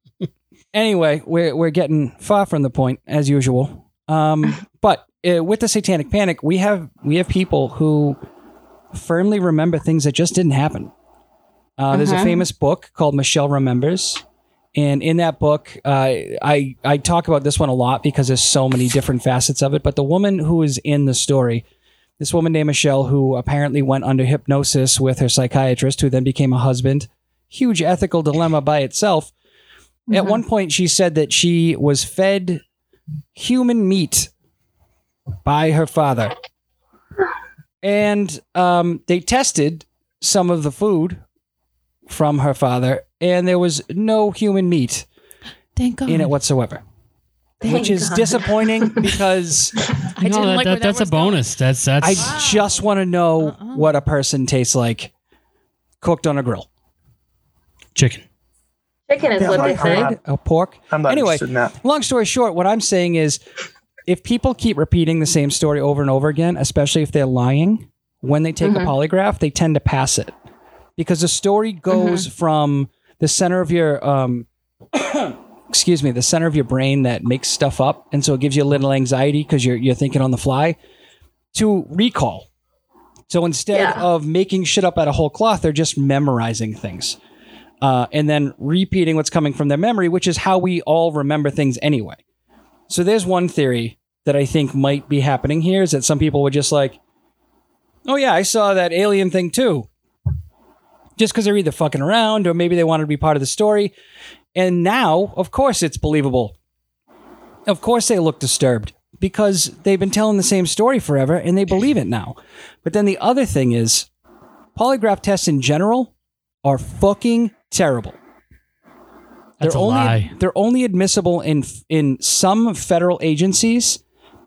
A: anyway, we're, we're getting far from the point as usual. Um, but uh, with the satanic panic, we have we have people who firmly remember things that just didn't happen. Uh, There's a
G: Uh-huh.
A: famous book called Michelle Remembers, and in that book, uh, I I talk about this one a lot because there's so many different facets of it. But the woman who is in the story, this woman named Michelle, who apparently went under hypnosis with her psychiatrist, who then became a husband, huge ethical dilemma by itself. At
G: Mm-hmm.
A: one point, she said that she was fed human meat by her father. And um, they tested some of the food from her father, and there was no human meat
F: thank God.
A: in it whatsoever,
G: Oh. Thank
A: which is
G: God.
A: disappointing because
F: I didn't like where that
C: that's a
F: was going.
C: bonus. That's that's
A: I just want to know
F: Uh-uh.
A: what a person tastes like cooked on a grill.
C: chicken.
G: Chicken is
D: Yeah,
G: what they
D: like a
G: say.
D: lot.
A: A pork.
D: I'm not
A: Anyway,
D: interested in that.
A: long story short, what I'm saying is if people keep repeating the same story over and over again, especially if they're lying, when they take
G: Mhm.
A: a polygraph, they tend to pass it. because the story goes from the center of your um excuse me the center of your brain that makes stuff up and so it gives you a little anxiety because you're you're thinking on the fly to recall so instead
G: Yeah.
A: of making shit up out of whole cloth they're just memorizing things uh, and then repeating what's coming from their memory which is how we all remember things anyway so there's one theory that i think might be happening here is that some people were just like oh yeah i saw that alien thing too just because they're either fucking around or maybe they wanted to be part of the story. And now, of course, it's believable. Of course, they look disturbed because they've been telling the same story forever and they believe it now. But then the other thing is polygraph tests in general are fucking terrible.
C: That's a
A: only
C: lie.
A: they're only admissible in in some federal agencies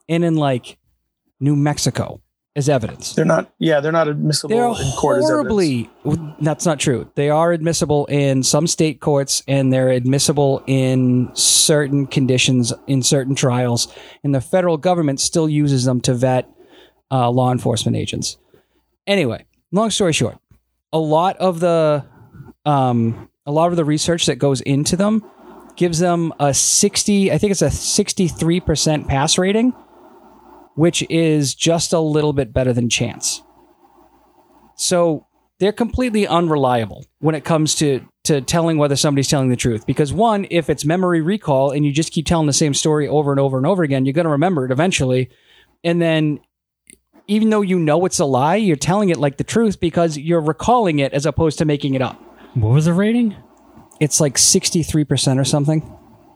A: and in like New Mexico as evidence.
D: They're not. Yeah, they're not admissible
A: They're
D: in court as evidence.
A: horribly. That's not true. They are admissible in some state courts, and they're admissible in certain conditions in certain trials. And the federal government still uses them to vet uh, law enforcement agents. Anyway, long story short, a lot of the um, a lot of the research that goes into them gives them a sixty. I think it's a sixty-three percent pass rating, which is just a little bit better than chance. So they're completely unreliable when it comes to to telling whether somebody's telling the truth. Because one, if it's memory recall and you just keep telling the same story over and over and over again, you're going to remember it eventually. And then even though you know it's a lie, you're telling it like the truth because you're recalling it as opposed to making it up.
C: What was the rating?
A: It's like 63% or something.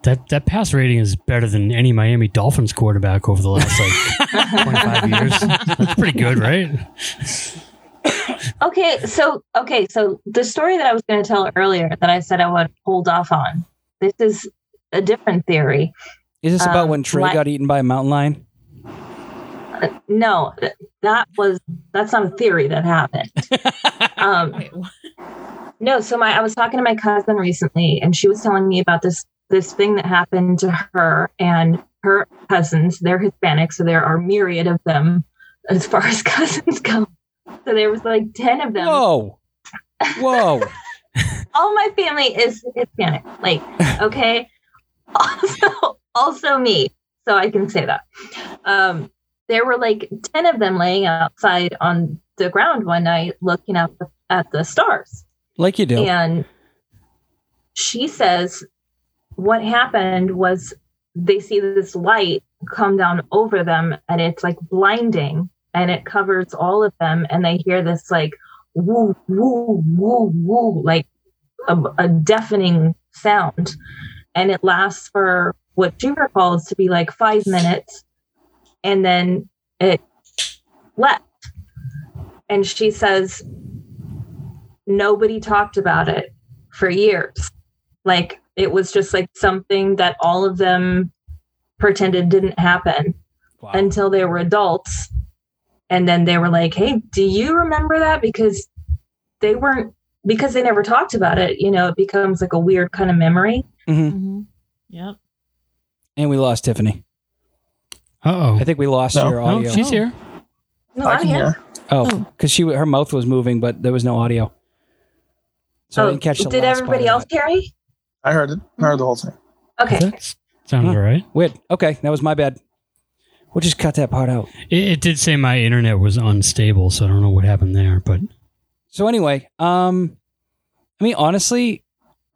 C: That that pass rating is better than any Miami Dolphins quarterback over the last like 25 years. That's pretty good, right?
G: Okay, so okay, so the story that I was going to tell earlier that I said I would hold off on. This is a different theory.
A: Is this about
G: Um,
A: when Trey
G: what-
A: got eaten by a mountain lion?
G: No, th- that was that's not a theory that happened. um,
F: Wait, wh-
G: no, so my I was talking to my cousin recently, and she was telling me about this this thing that happened to her and her cousins. They're Hispanic, so there are myriad of them as far as cousins go. So there was like ten of them.
A: Whoa. Whoa.
G: all my family is Hispanic. Like, okay. also, also me. So I can say that. Um, there were like 10 of them laying outside on the ground one night looking up at the stars.
A: like you do.
G: And she says what happened was they see this light come down over them and it's like blinding and it covers all of them and they hear this like woo woo woo woo like a, a deafening sound and it lasts for what she recalls to be like five minutes and then it left and she says nobody talked about it for years. Like it was just like something that all of them pretended didn't happen
A: Wow.
G: until they were adults. And then they were like, hey, do you remember that? Because they weren't, because they never talked about it, you know, it becomes like a weird kind of memory.
A: Mhm.
F: mhm. Yep.
A: And we lost Tiffany.
C: Uh
A: I think we lost
D: No.
A: your
C: oh. No,
A: audio.
C: she's here.
G: No,
D: I
G: I'm
D: can
G: here.
D: hear.
A: Oh,
F: Oh.
A: because she her mouth was moving, but there was no audio. So I
G: Oh,
A: didn't catch the
G: did
A: last
G: everybody
A: part
G: else
A: of that.
G: hear me?
D: I heard it. I heard the whole thing.
A: Oh.
G: Okay.
C: That sounds
A: Huh.
C: all right.
A: Weird. Okay, that was my bad. We'll just cut that part out.
C: It, it did say my internet was unstable, so I don't know what happened there, but
A: So anyway, um, I mean, honestly,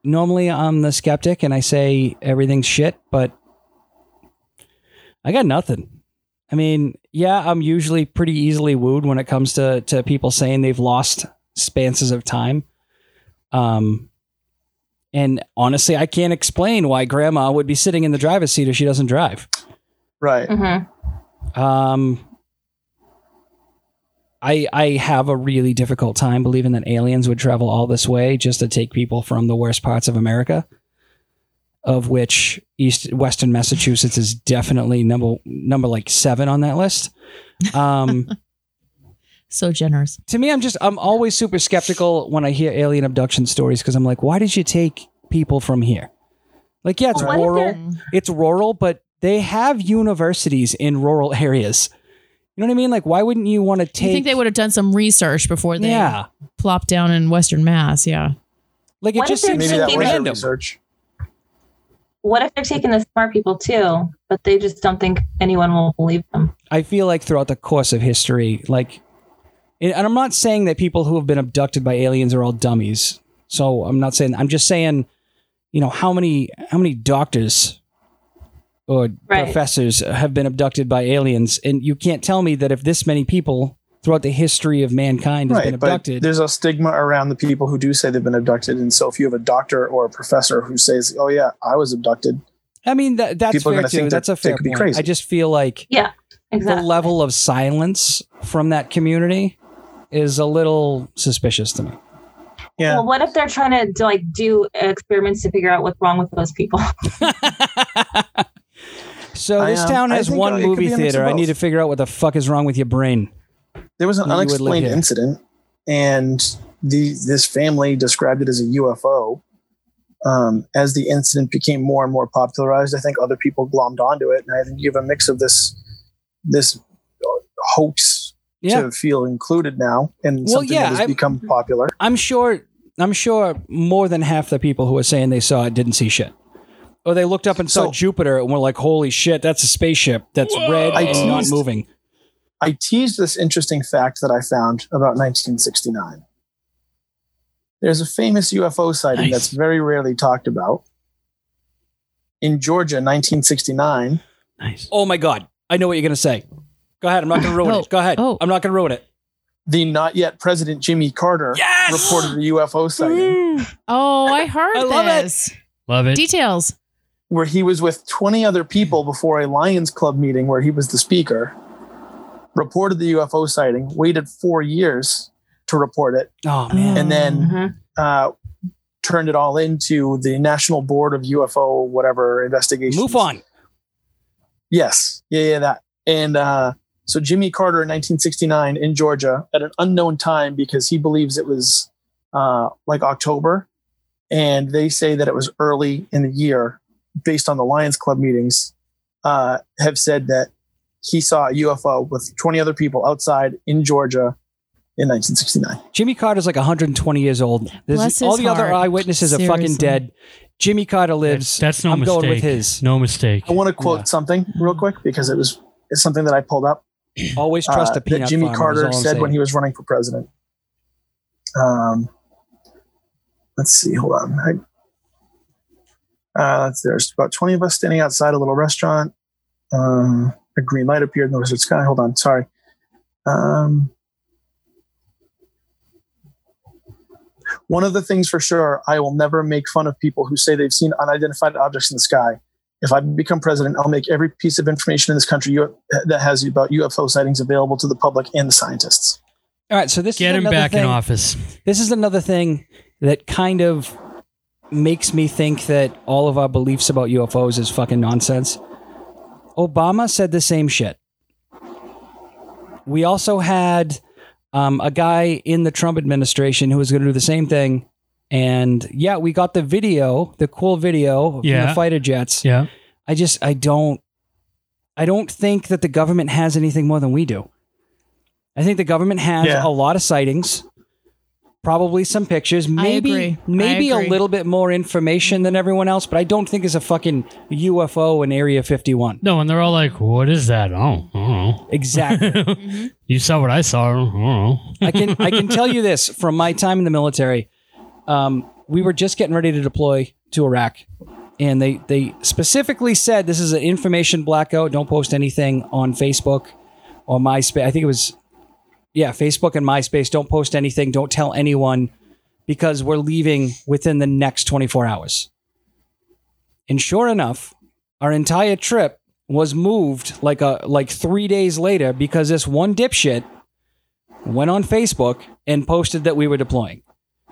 A: normally I'm the skeptic and I say everything's shit, but I got nothing. I mean, yeah, I'm usually pretty easily wooed when it comes to to people saying they've lost spanses of time. Um, and honestly, I can't explain why Grandma would be sitting in the driver's seat if she doesn't drive.
D: Right.
G: Mhm.
A: Um, I I have a really difficult time believing that aliens would travel all this way just to take people from the worst parts of America, of which East Western Massachusetts is definitely number number like seven on that list. Um,
F: So generous.
A: to me, I'm just I'm always super skeptical when I hear alien abduction stories because I'm like, why did you take people from here? Like, yeah, it's
G: Well, what if
A: rural
G: they're-
F: Mm.
A: it's rural, but they have universities in rural areas. You know what I mean? Like, why wouldn't you want to
F: Do
A: take?
F: you think they would have done some research before they
A: Yeah,
F: plopped down in Western Mass? Yeah.
A: like it
G: What
A: just
G: if they're
A: seems
D: Maybe
G: It's
A: so
D: that was their
A: random.
D: research.
G: What if they're taking the smart people too, but they just don't think anyone will believe them?
A: I feel like throughout the course of history, like, and and I'm not saying that people who have been abducted by aliens are all dummies. So I'm not saying. I'm just saying, you know, how many how many doctors or
G: Right.
A: professors have been abducted by aliens, and you can't tell me that if this many people throughout the history of mankind has been
D: Right, but
A: abducted,
D: there's a stigma around the people who do say they've been abducted, and so if you have a doctor or a professor who says, "Oh yeah, I was abducted,"
A: I mean that, that's
D: people are
A: fair
D: gonna think
A: too.
D: that
A: That's a
D: they
A: fair
D: could be
A: point.
D: crazy.
A: I just feel like the
G: Exactly.
A: level of silence from that community is a little suspicious to me.
D: yeah,
G: Well, what if they're trying to, do, like do experiments to figure out what's wrong with those people?
A: So
D: I,
A: this
D: um,
A: town
D: I
A: has
D: think, uh,
A: one
D: it could
A: movie
D: be a mix of
A: theater. I
D: both.
A: need to figure out what the fuck is wrong with your brain.
D: there was an
A: You would live
D: unexplained
A: here.
D: incident, and the this family described it as a UFO. Um, as the incident became more and more popularized, I think other people glommed onto it, and I think you have a mix of this this uh, hoax
A: Yeah,
D: to feel included now, and
A: Well,
D: something
A: yeah, Mm-hmm.
D: that has
A: I-
D: become popular.
A: I'm sure. I'm sure more than half the people who are saying they saw it didn't see shit. Or they looked up and saw
D: So-
A: Jupiter and were like, "Holy shit, that's a spaceship that's red
D: I
A: and not
D: teased-
A: moving."
D: I teased this interesting fact that I found about 1969. There's a famous UFO sighting
C: Nice.
D: that's very rarely talked about. In Georgia, 1969,
C: Nice.
A: Oh my god, I know what you're gonna say. Go ahead. I'm not gonna ruin
F: Oh,
A: it. Go ahead.
F: oh.
A: I'm not gonna ruin it.
D: the not yet president Jimmy Carter reported a UFO sighting
F: Oh, I heard
A: I love it.
F: this.
C: Love it.
F: Details.
D: where he was with 20 other people before a Lions Club meeting where he was the speaker. Reported the UFO sighting, waited four years to report it,
A: Oh man.
D: Um, and then
G: Mhm.
D: uh, turned it all into the National Board of UFO whatever investigation.
A: Move on.
D: Yes. Yeah, yeah, that. And uh, so Jimmy Carter in 1969 in Georgia at an unknown time because he believes it was uh, like October. And they say that it was early in the year based on the Lions Club meetings, uh, have said that he saw a UFO with 20 other people outside in Georgia in 1969.
A: Jimmy Carter's like 120 years old. This
F: Bless
A: is-
F: his
A: all the other
F: heart.
A: eyewitnesses are fucking
F: Seriously.
A: dead. Jimmy Carter lives.
C: That's no
A: I'm
C: mistake.
A: going with his.
C: No mistake.
D: I want to quote
A: Yeah.
D: something real quick because it was it's something that I pulled up
A: Always
D: uh,
A: trust a peanut
D: that Jimmy
A: farmer, is all
D: Carter
A: I'm
D: said
A: saying.
D: when he was running for president. Um, let's see. Hold on. I- uh, let's- there's about 20 of us standing outside a little restaurant. Um, a green light appeared in the wizard sky. Hold on. Sorry. Um, one of the things for sure, I will never make fun of people who say they've seen unidentified objects in the sky. If I become president, I'll make every piece of information in this country U- that has about UFO sightings available to the public and the scientists.
A: All right, so this is
C: Get him
A: another
C: back
A: thing.
C: in office.
A: This is another thing that kind of makes me think that all of our beliefs about UFOs is fucking nonsense. Obama said the same shit. We also had um, a guy in the Trump administration who was going to do the same thing. And yeah, we got the video, the cool video from
C: Yeah.
A: the fighter jets.
C: Yeah.
A: I just I don't I don't think that the government has anything more than we do. I think the government has
D: Yeah.
A: a lot of sightings, probably some pictures, maybe
F: agree. I
A: maybe
F: agree.
A: a little bit more information than everyone else, but I don't think it's a fucking UFO in Area 51.
C: No, and they're all like, "What is that?" Oh, I
A: Exactly.
C: don't know. you saw what I saw. I don't know.
A: Mm-hmm. I can I can tell you this from my time in the military. Um, we were just getting ready to deploy to Iraq, and they they specifically said this is an information blackout. Don't post anything on Facebook or MySpace. I think it was yeah, Facebook and MySpace. Don't post anything. Don't tell anyone because we're leaving within the next 24 hours. And sure enough, our entire trip was moved like a like three days later because this one dipshit went on Facebook and posted that we were deploying.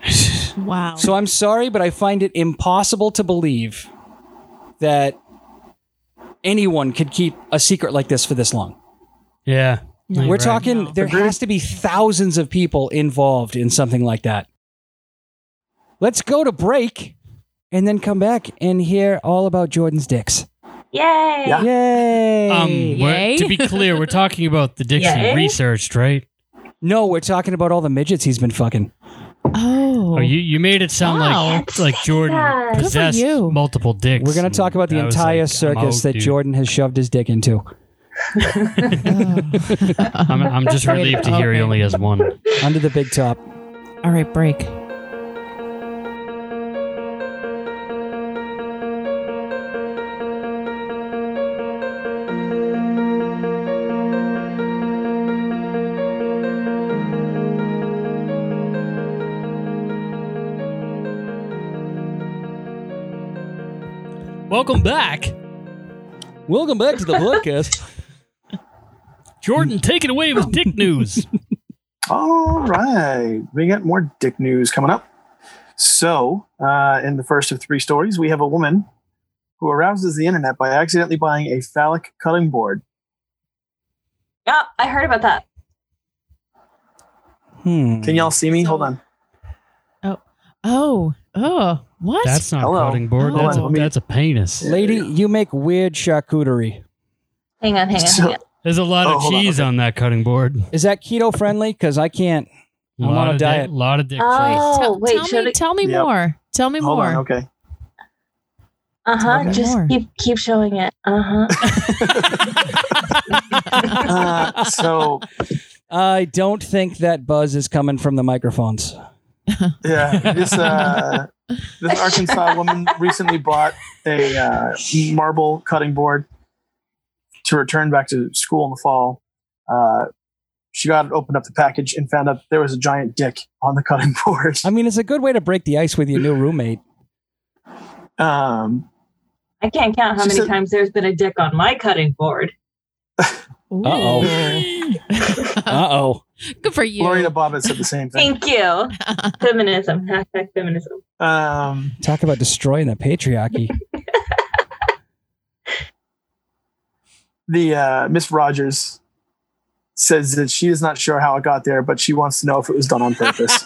F: Oh, Wow.
A: So I'm sorry, but I find it impossible to believe that anyone could keep a secret like this for this long.
C: Yeah,
F: No.
A: We're
C: Right.
A: talking, there has to be thousands of people involved in something like that. Let's go to break and then come back and hear all about Jordan's dicks.
G: Yay!
D: Yeah.
A: Yay.
C: Um, we're-
F: Yay.
C: to be clear, we're talking about the Dixie
G: Yay.
C: researched, right?
A: no, we're talking about all the midgets he's been fucking.
F: Oh,
C: Oh, you, you made it sound
F: Wow.
C: like like Jordan
G: Good
F: for
C: possessed
F: you.
C: multiple dicks.
A: We're going to talk about the
C: I was
A: entire
C: like, I'm
A: circus
C: out,
A: that
C: dude.
A: Jordan has shoved his dick into.
C: I'm, I'm just relieved to hear he
F: Okay.
C: only has one.
A: Under the big top.
F: all right, break.
C: Welcome back,
A: Welcome back to the podcast.
C: Jordan. Take it away with dick news.
D: All right. We got more dick news coming up. So, uh, in the first of three stories, we have a woman who arouses the internet by accidentally buying a phallic cutting board.
G: Yeah, Oh, I heard about that.
A: hmm.
D: Can y'all see me? Hold on.
F: Oh, oh, what?
C: That's not
D: Hello.
C: a cutting board.
F: Hold
C: That's a,
D: on, let me-
C: that's a penis.
A: Lady, you make weird charcuterie.
G: Hang on, hang on,
D: So-
G: hang on.
C: There's a lot
D: Oh,
C: of
D: hold on,
C: cheese
D: okay.
C: on that cutting board.
A: Is that keto friendly? Because I can't. I'm
C: lot
A: on a
C: of
A: diet.
C: Dick, lot of dick
G: Oh.
C: cheese.
F: Tell-
G: wait,
F: tell
G: should
F: me,
G: I-
F: tell me
D: Yep.
F: more. Tell me
D: Hold
F: more.
D: on. Okay.
G: Uh huh.
F: Okay.
G: Just
F: More.
G: keep keep showing it. Uh huh.
D: Uh, so,
A: I don't think that buzz is coming from the microphones.
D: yeah, this, uh, this Arkansas woman recently bought a uh, marble cutting board to return back to school in the fall. Uh, she got it, opened up the package, and found out there was a giant dick on the cutting board.
A: I mean, it's a good way to break the ice with your new roommate.
D: Um,
G: I can't count how
D: She
G: many
D: said-
G: times there's been a dick on my cutting board.
F: Ooh.
A: Uh oh.
F: Good for you.
D: Lorena Bobbitt said the same thing.
G: Thank you. feminism. Hashtag feminism.
D: Um,
A: Talk about destroying the patriarchy.
D: the uh, Miss Rogers says that she is not sure how it got there, but she wants to know if it was done on purpose.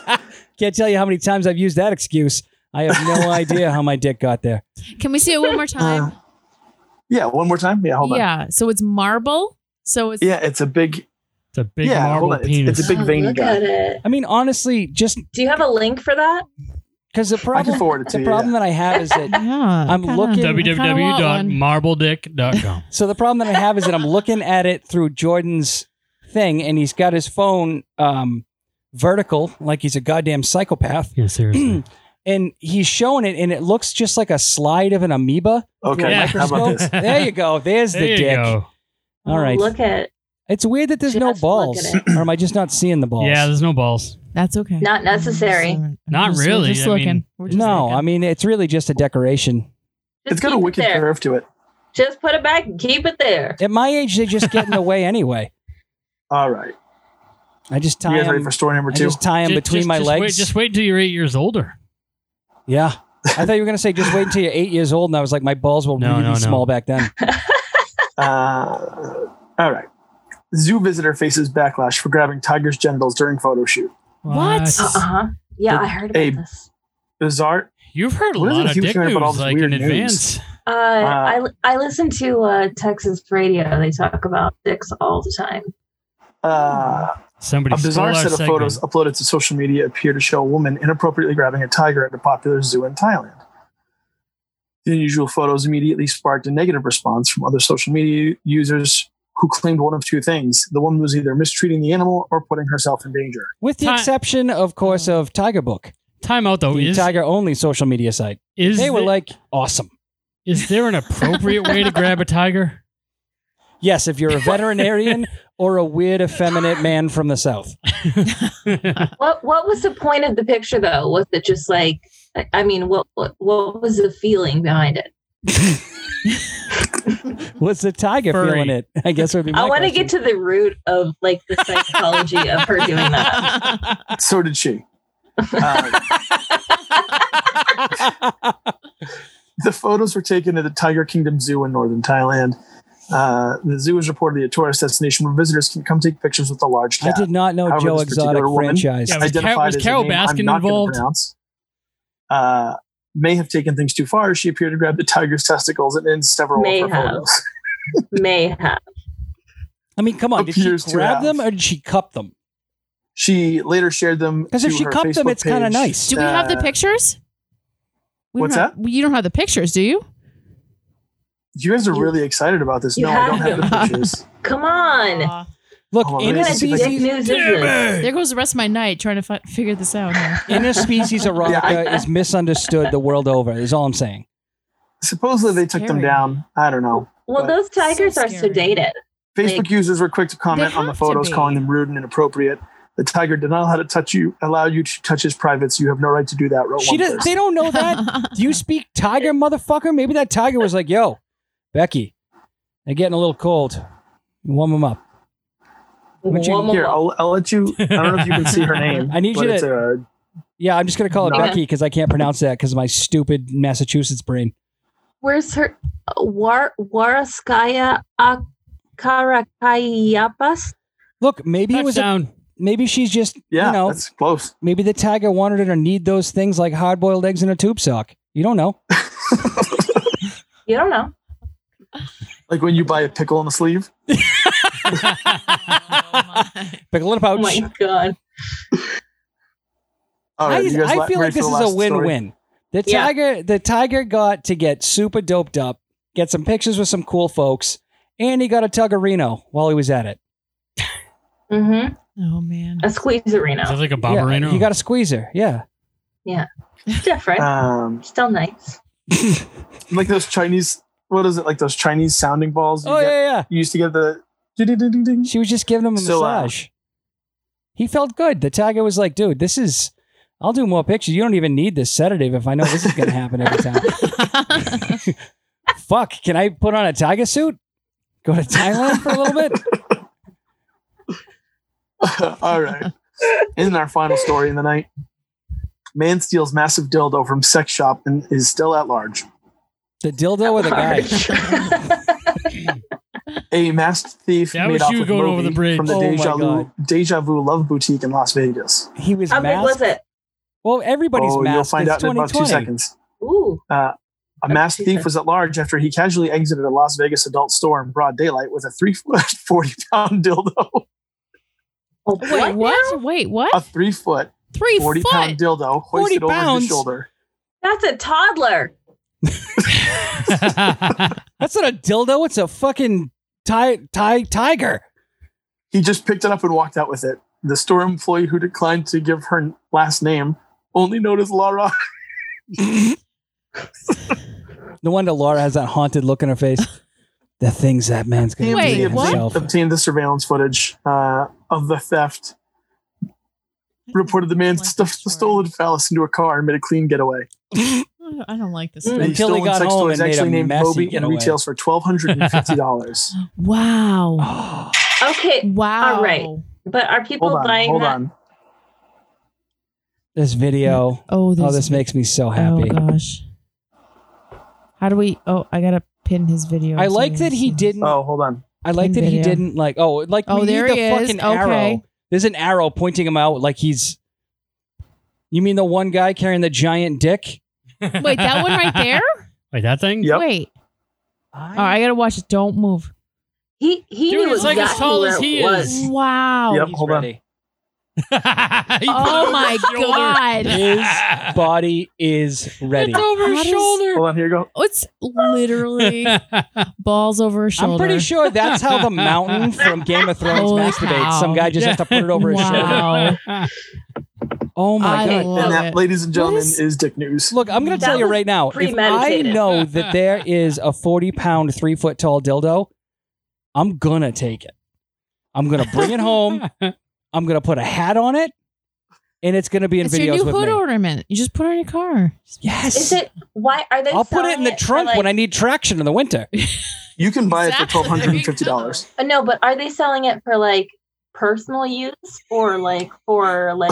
A: Can't tell you how many times I've used that excuse. I have no idea how my dick got there.
F: Can we see it one more time?
D: yeah, one more time. Yeah, Uh, hold on.
F: yeah. So it's marble. So it's
D: Yeah, it's a big,
C: It's a big
D: yeah,
C: marble
D: hold on. It's-
C: penis.
D: It's, a big
G: Oh,
D: veiny
G: look
D: guy.
G: at it.
A: I mean, honestly, just
G: Do you have a link for that?
A: because the
D: I can
A: problem,
D: forward it to
A: the
D: you.
A: problem
D: yeah.
A: that I have is that
F: yeah.
A: I'm
F: kinda-
A: looking-
F: I kinda want one.
C: www.marbledick.com.
A: So the problem that I have is that I'm looking at it through Jordan's thing, and he's got his phone um, vertical, like he's a goddamn psychopath,
C: yeah,
D: Mm,
C: seriously.
A: and he's showing it, and it looks just like a slide of an amoeba.
D: Okay,
C: Yeah.
D: how about this?
A: There you go. There's the
C: there you
A: dick.
C: go.
A: All
G: Oh,
A: right.
G: Look at
A: It's weird that there's no
G: Just look
A: balls,
G: at
A: or am I just not seeing the balls?
C: Yeah, there's no balls.
F: That's okay.
G: Not necessary.
F: I'm just-
C: Not
F: I'm just-
C: really,
F: We're just
C: I
F: looking.
C: mean-
F: We're just
A: no,
F: looking.
A: I mean it's really just a decoration.
D: It's got a
G: keep it
D: wicked
G: there.
D: curve to it.
G: Just put it back and keep it there.
A: At my age, they just get in the way anyway.
D: All right,
A: I just
D: you
A: tie
D: guys ready
A: them.
D: for story number
A: I
D: two?
A: just tie 'em
C: Ju-
A: between
C: just-
A: my
C: just
A: legs.
C: Wait, just wait till you're eight years older.
A: Yeah. I thought you were going to say just wait until you're eight years old. And I was like, my balls were
C: No,
A: really
C: no, no.
A: small back then.
D: Uh, all right. Zoo visitor faces backlash for grabbing tiger's genitals during photo shoot.
F: What?
G: Uh huh. Yeah, I heard about
D: Hey,
G: this.
D: Bizarre.
C: You've heard a
D: What is it
C: lot
D: that
C: of
D: you
C: dick
D: heard
C: news,
D: about all this
C: like
D: weird
C: in
D: news?
C: advance.
G: Uh, I I listen to uh, Texas radio. They talk about dicks all the time.
D: Uh,
C: Somebody
D: A bizarre
C: stole our
D: set of
C: segment.
D: photos uploaded to social media appear to show a woman inappropriately grabbing a tiger at a popular zoo in Thailand. The unusual photos immediately sparked a negative response from other social media users who claimed one of two things. The woman was either mistreating the animal or putting herself in danger.
A: With the
C: Ti-
A: exception, of course, of Tiger Book,
C: Time out though.
A: the
C: Is,
A: Tiger only social media site.
C: is,
A: they were
C: the-
A: like, awesome.
C: is there an appropriate way to grab a tiger?
A: Yes, if you're a veterinarian or a weird, effeminate man from the South.
G: What What was the point of the picture though? Was it just like I- I mean, what what, what was the feeling behind it?
A: What's the tiger
C: Furry.
A: feeling it? I guess it would be.
G: I want to get to the root of like the psychology of her doing that.
D: So did she. Uh, the photos were taken at the Tiger Kingdom Zoo in northern Thailand. Uh, the zoo is reportedly a tourist destination where visitors can come take pictures with a large
A: I
D: cat.
A: did not know
D: However,
A: Joe
D: this particular
A: Exotic
D: woman-
A: franchise.
C: Yeah, Was Car- was
D: identified as a
C: Carol
D: name I'm
C: Baskin
D: not gonna
C: involved?
D: pronounce. Uh, may have taken things too far. She appeared to grab the tiger's testicles and in several
G: May
D: of her
G: have.
D: photos.
G: May have.
A: I mean, come on. Did she
D: Appears to
A: grab them
D: have.
A: or did she cup them?
D: She later shared them
A: 'Cause if
D: to
A: she
D: her
A: cupped them,
D: Facebook
A: it's kinda
D: page.
A: nice.
F: Do we have the
D: Uh,
F: pictures? We don't
D: what's
F: have- You don't have the pictures, do you?
D: You guys are really excited about this.
G: You
D: No, I don't have
F: have
D: the
F: them.
D: pictures.
G: Come on.
F: Aw.
A: Look,
D: Hold on, let me see if I
G: Dick
A: interspecies,
G: news is this?
F: there goes the rest of my night trying to fi- figure this out. Here.
A: interspecies erotica
D: Yeah,
A: is misunderstood the world over, is all I'm saying.
D: Supposedly they took them
F: Scary.
D: down. I don't know.
G: Well,
D: But-
G: those tigers are
F: scary.
G: sedated.
D: Facebook
G: Like,
D: users were quick to comment
F: they
D: on the
F: have to
D: photos,
F: be.
D: calling them rude and inappropriate. The tiger did not allow to touch you, allow you to touch his privates. You have no right to do that. Wrote
A: She
D: one
A: does,
D: person.
A: they don't know Oh, that. Do you speak tiger, motherfucker? Maybe that tiger was like, yo, Becky, they're getting a little cold. Warm them up. Would you-
G: warm 'em
D: Here,
G: up.
D: I'll, I'll let you. I don't know if you can see her name.
A: I need
D: but
A: you to-
D: it's a-
A: Yeah, I'm just going to call it
D: Okay.
A: Becky because I can't pronounce that because of my stupid Massachusetts brain.
G: Where's her War Waraskaya Akarakayapas?
A: Look, maybe it was, a,
C: Touchdown.
A: maybe she's just,
D: yeah,
A: you know,
D: that's close.
A: maybe the tiger wanted her to need those things like hard boiled eggs in a tube sock. You don't know.
G: You don't know.
D: Like when you buy a pickle in the sleeve.
A: Pickle in a
G: Oh
A: pouch.
G: my god.
D: All
A: I,
D: right, you guys
A: I
D: la-
A: feel like this
D: ready for the
A: is a
D: last story?
A: win-win. The
G: Yeah.
A: tiger, the tiger got to get super doped up, get some pictures with some cool folks, and he got a tuggerino while he was at it.
G: Mm-hmm.
F: oh man.
G: A squeeze
C: Is that
G: arena.
C: like a
A: Yeah,
C: bomberino?
A: you got a squeezer. Yeah,
G: Different.
A: Uh,
D: Um,
G: Still nice.
D: like those Chinese. What is it? Like those Chinese sounding balls. You,
A: Oh
D: get-
A: yeah, yeah.
D: you used to get the. Ding, ding, ding, ding, ding.
A: She was just giving him a
D: So, uh,
A: massage. He felt good. The tiger was like, "Dude, this is. I'll do more pictures. You don't even need this sedative if I know this is going to happen every time. Fuck, can I put on a tiger suit? Go to Thailand for a little bit?
D: All right. In our final story in the night, man steals massive dildo from sex shop and is still at large.
A: The dildo with a guy.
D: A masked thief
C: That
D: made
C: was
D: off
C: you
D: with
C: going over
D: Moby
C: the bridge.
D: from the
A: Oh my
D: Deja, Vu,
A: God.
D: Deja Vu Love Boutique in Las Vegas.
A: He was
G: How big
A: masked.
G: was it?
A: Well, everybody's
D: oh,
A: masked.
D: you'll find
A: It's
D: out in about two
A: 2020.
D: seconds.
G: Ooh.
D: Uh, a
G: That's
D: masked
G: two
D: thief
G: seconds.
D: was at large after he casually exited a Las Vegas adult store in broad daylight with a three foot forty pound dildo.
G: Oh,
F: Wait, what? Wait,
D: A
F: what?
D: three foot
F: Three
D: forty
F: foot.
D: pound dildo
A: 40
D: hoisted over
A: pounds?
D: his shoulder.
G: That's a toddler.
A: That's not a dildo. It's a fucking ti- ti- tiger.
D: He just picked it up and walked out with it. The store employee who declined to give her last name, only known as Laura,
A: No wonder Laura has that haunted look in her face. the things that man's gonna
F: Wait,
A: do to
F: what?
A: himself.
D: obtained the surveillance footage uh, of the theft, reported the man stuffed the stolen phallus into a car and made a clean getaway.
F: I don't like this.
G: Mm.
D: The
A: Until he
D: stolen
A: got
D: sex
A: home
D: toy
A: and
D: is
A: made a
D: actually named
A: messy
D: Moby and
A: getaway.
D: retails for $1,250.
F: Wow.
D: Oh.
G: Okay,
F: Wow.
G: All right. but are people
D: hold on,
G: buying
D: hold
G: that?
D: on.
A: This video.
F: Oh,
A: Oh,
F: there's-
A: this makes me so happy.
F: Oh gosh. How do we? Oh, I gotta pin his video.
A: I
F: so
A: like
F: we
A: that
F: can
A: he
F: see.
A: didn't.
D: Oh, hold on.
A: I like that he
F: Video.
A: didn't like. Oh, like
F: Oh,
A: we
F: there
A: need the
F: he is.
A: fucking
F: Okay.
A: arrow. There's an arrow pointing him out. Like he's. You mean the one guy carrying the giant dick?
F: Wait, that one right there.
C: Wait, that thing?
D: Yep.
F: Wait. All right, I gotta watch it. Don't move.
G: He he
C: Dude,
G: knew
C: it's like
G: exactly
C: as tall
G: where
C: as he
G: it
C: is.
G: was.
F: Wow.
D: Yep.
A: He's
D: Hold on.
A: ready.
C: He put it
F: Oh
C: over
F: my
C: his shoulder.
F: god.
A: His body is ready.
C: It's over his
F: How does-
D: Hold
C: shoulder.
D: on, here you go.
F: It's literally balls over his shoulder.
A: I'm pretty sure that's how the mountain from Game of Thrones
F: Holy
A: masturbates.
F: cow.
A: Some guy just has to put it over his shoulder.
F: Wow.
A: Oh my
F: I
A: god.
F: love
D: And that,
F: it.
D: ladies and gentlemen,
F: What is-
D: is Dick News.
A: Look, I'm gonna
G: That
A: tell you
G: was
A: right now. If I
G: premeditated.
A: know that there is a 40 pound, three foot tall dildo, I'm gonna take it. I'm gonna bring it home. I'm gonna put a hat on it, and it's gonna be in
F: It's your
A: videos
F: new
A: with
F: hood
A: me.
F: ornament. You just put it on your car.
A: Yes.
G: Is it? Why are they?
A: I'll put it
G: selling
A: in the trunk
G: for
A: when I
G: like-
A: need traction in the winter.
D: You can buy
F: Exactly.
D: it for $1,250.
G: Uh, No, but are they selling it for like personal use or like for like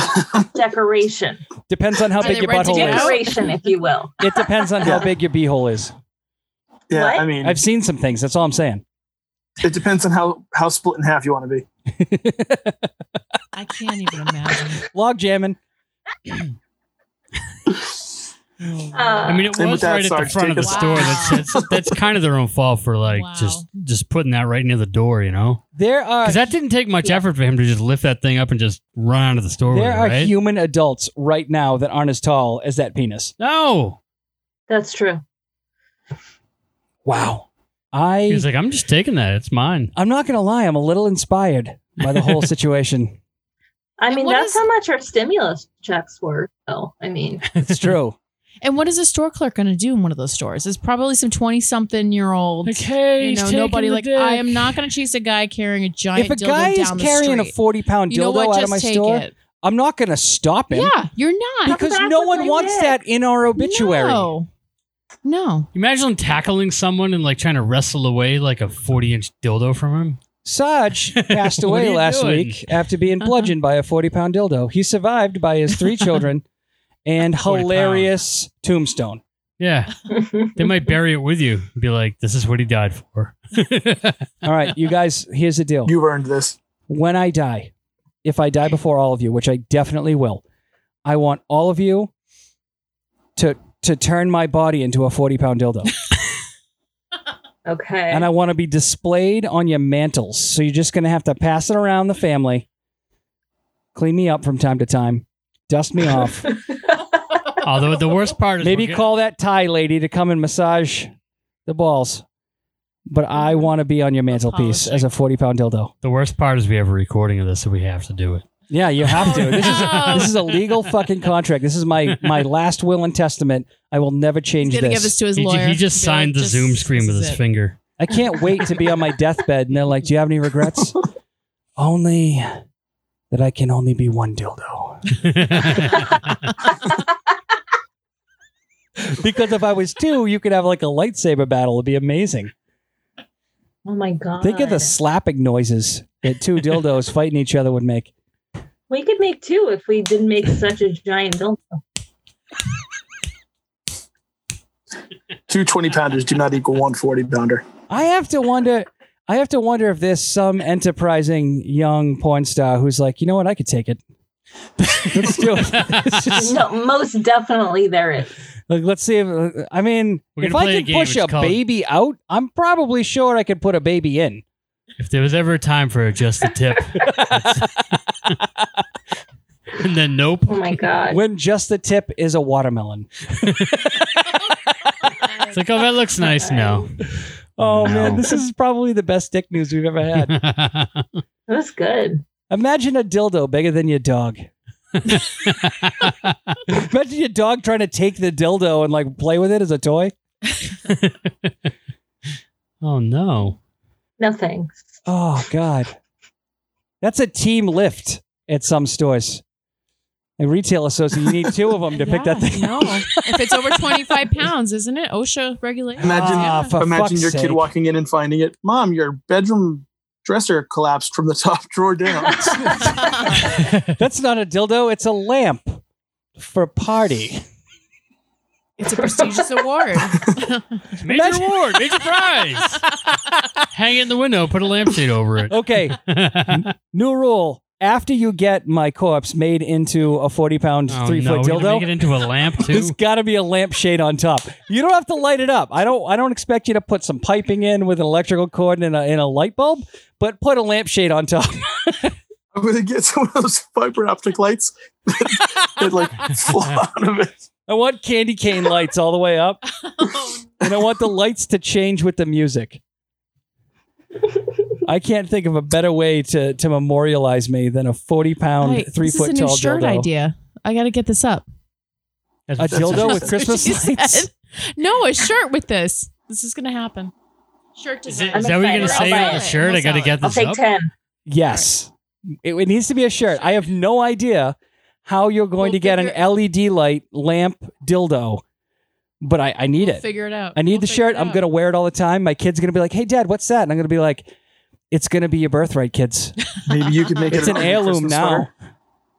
G: decoration?
A: Depends on how
F: Are
A: big
F: they
A: your
F: renting it
A: butthole is.
F: out?
G: Decoration, if you will.
A: It depends on how big your beehole is.
D: Yeah,
G: What?
D: I mean,
A: I've seen some things. That's all I'm saying.
D: it depends on how, how split in half you want to be.
F: I can't even imagine.
A: Log jamming.
C: I mean, it was
D: And with that,
C: right at the
D: Sarge,
C: front of the
D: take
F: us-
C: store. That's, that's that's kind of their own fault for like
F: Wow.
C: just just putting that right near the door, you know?
A: There are
C: Because that didn't take much
F: Yeah.
C: effort for him to just lift that thing up and just run out of the store. with
A: there
C: it,
A: are
C: right?
A: human adults right now that aren't as tall as that penis.
C: No,
G: That's true.
A: Wow. I
C: he's like, I'm just taking that. It's mine.
A: I'm not gonna lie, I'm a little inspired by the whole situation.
G: I
F: And
G: mean,
F: what is-
G: that's how much our stimulus checks were, though. I mean,
A: It's true.
F: And what is a store clerk going to do in one of those stores? It's probably some 20 something year old.
C: Like, hey,
F: You
C: he's
F: know,
C: taking
F: nobody
C: the
F: like,
C: dick.
F: I am not going to chase a guy carrying a giant
A: if a
F: dildo
A: guy is
F: down the
A: carrying a
F: street.
A: 40 pound dildo
F: you know what?
A: out
F: Just
A: of my
F: take
A: store,
F: it.
A: I'm not gonna stop him.
F: Yeah, you're not.
A: Because
G: back
A: no
G: with
A: one
G: my
A: wants
G: dick.
A: that in our obituary.
F: No. No.
C: Imagine tackling someone and like trying to wrestle away like a 40 inch dildo from him.
A: Sarge passed
C: What are
A: away
C: you
A: last
C: doing?
A: week after being
F: Uh-huh.
A: bludgeoned by a 40 pound dildo. He survived by his three children and
C: 40
A: hilarious tombstone.
C: Yeah, they might bury it with you. and Be like, this is what he died for.
A: All right, you guys, here's the deal.
D: You've earned this.
A: When I die, if I die before all of you, which I definitely will, I want all of you to to turn my body into a 40 pound dildo.
G: okay.
A: and I want to be displayed on your mantles. So you're just going to have to pass it around the family, clean me up from time to time, dust me off.
C: Although the worst part is
A: Maybe
C: we're get-
A: call that Thai lady to come and massage the balls. But I want to be on your mantelpiece
F: Apologizing.
A: as a 40 pound dildo.
C: the worst part is we have a recording of this, so we have to do it.
A: Yeah, you have to. This is
F: No.
A: this is a legal fucking contract. This is my my last will and testament. I will never
F: He's
A: change
F: going to give
A: this.
F: this to his
C: He, ju-
F: lawyer.
C: he just
F: Be like,
C: signed the
F: just-
C: Zoom screen
F: this
C: with
F: is
C: his
F: it.
C: finger.
A: I can't wait to be on my deathbed and they're like, "Do you have any regrets?" only that I can only be one dildo. because if I was two, you could have like a lightsaber battle. It'd be amazing.
G: oh my god!
A: Think of the slapping noises that two dildos fighting each other would make.
G: We could make two if we didn't make such a giant dildo.
D: Two 20 pounders do not equal one 40 pounder.
A: I have to wonder. I have to wonder if there's some enterprising young porn star who's like, you know what, I could take it. Let's do it. Let's just-
G: No, most definitely there is.
A: like, let's see. If, I mean,
C: We're gonna
A: if I
C: play a
A: can
C: game,
A: push
C: it's
A: a
C: called-
A: baby out, I'm probably sure I could put a baby in.
C: If there was ever a time for just the tip, and then nope.
G: Oh my god!
A: when just the tip is a watermelon.
C: It's like, oh, that looks nice now.
A: Oh
C: No.
A: man, this is probably the best dick news we've ever had.
G: That was good.
A: Imagine a dildo bigger than your dog. Imagine your dog trying to take the dildo and like play with it as a toy.
C: oh no.
G: No thanks.
A: Oh god, that's a team lift at some stores. A retail associate, you need two of them to pick that
F: Yeah,
A: thing.
F: No. if it's over 25 pounds, isn't it? OSHA regulation.
D: Imagine-
A: Ah, for
D: Imagine
A: fuck's
D: your
A: sake.
D: kid walking in and finding it. Mom, your bedroom dresser collapsed from the top drawer down.
A: That's not a dildo; it's a lamp for party.
F: It's a prestigious award.
C: Major award, major prize. Hang it in the window, put a lampshade over it.
A: Okay,
C: oh,
A: new rule: after you get my corpse made into a forty-pound,
C: Oh, no,
A: three
C: we're
A: foot
C: gonna
A: dildo,
C: Make it into a lamp too.
A: There's got to be a lampshade on top. You don't have to light it up. I don't. I don't expect you to put some piping in with an electrical cord and a, and a light bulb, but put a lampshade on top.
D: I'm going to get some of those fiber optic lights that like fly out of it.
A: I want candy cane lights all the way up,
F: Oh,
A: and I want the lights to change with the music. I can't think of a better way to to memorialize me than a forty pound,
F: Hey,
A: Um, three
F: this
A: foot
F: is a
A: tall
F: new shirt
A: dildo.
F: idea. I got to get this up.
A: A dildo Oh, with Christmas
F: She said-
A: lights.
F: No, a shirt with this. This is going to happen. Shirt
C: Is,
F: design.
C: it, is that what you're gonna say
G: I'll
C: about the
G: buy it.
C: shirt? I
F: We'll
C: gotta
F: sell it.
C: get
G: I'll
C: this
G: take
C: up.
G: ten.
A: Yes. It, it needs to be a shirt. I have no idea how you're going
F: We'll
A: to get an
F: figure-
A: LED light lamp dildo, but I, I need it.
F: Figure it out.
A: I need
F: We'll
A: the
F: figure
A: shirt.
F: it
A: I'm
F: out.
A: going to wear it all the time. My kid's going to be like, hey, dad, what's that? And I'm going to be like, it's going to be your birthright, kids.
D: Maybe you could make
A: It's
D: it
A: an heirloom
D: Christmas
A: now.
D: sweater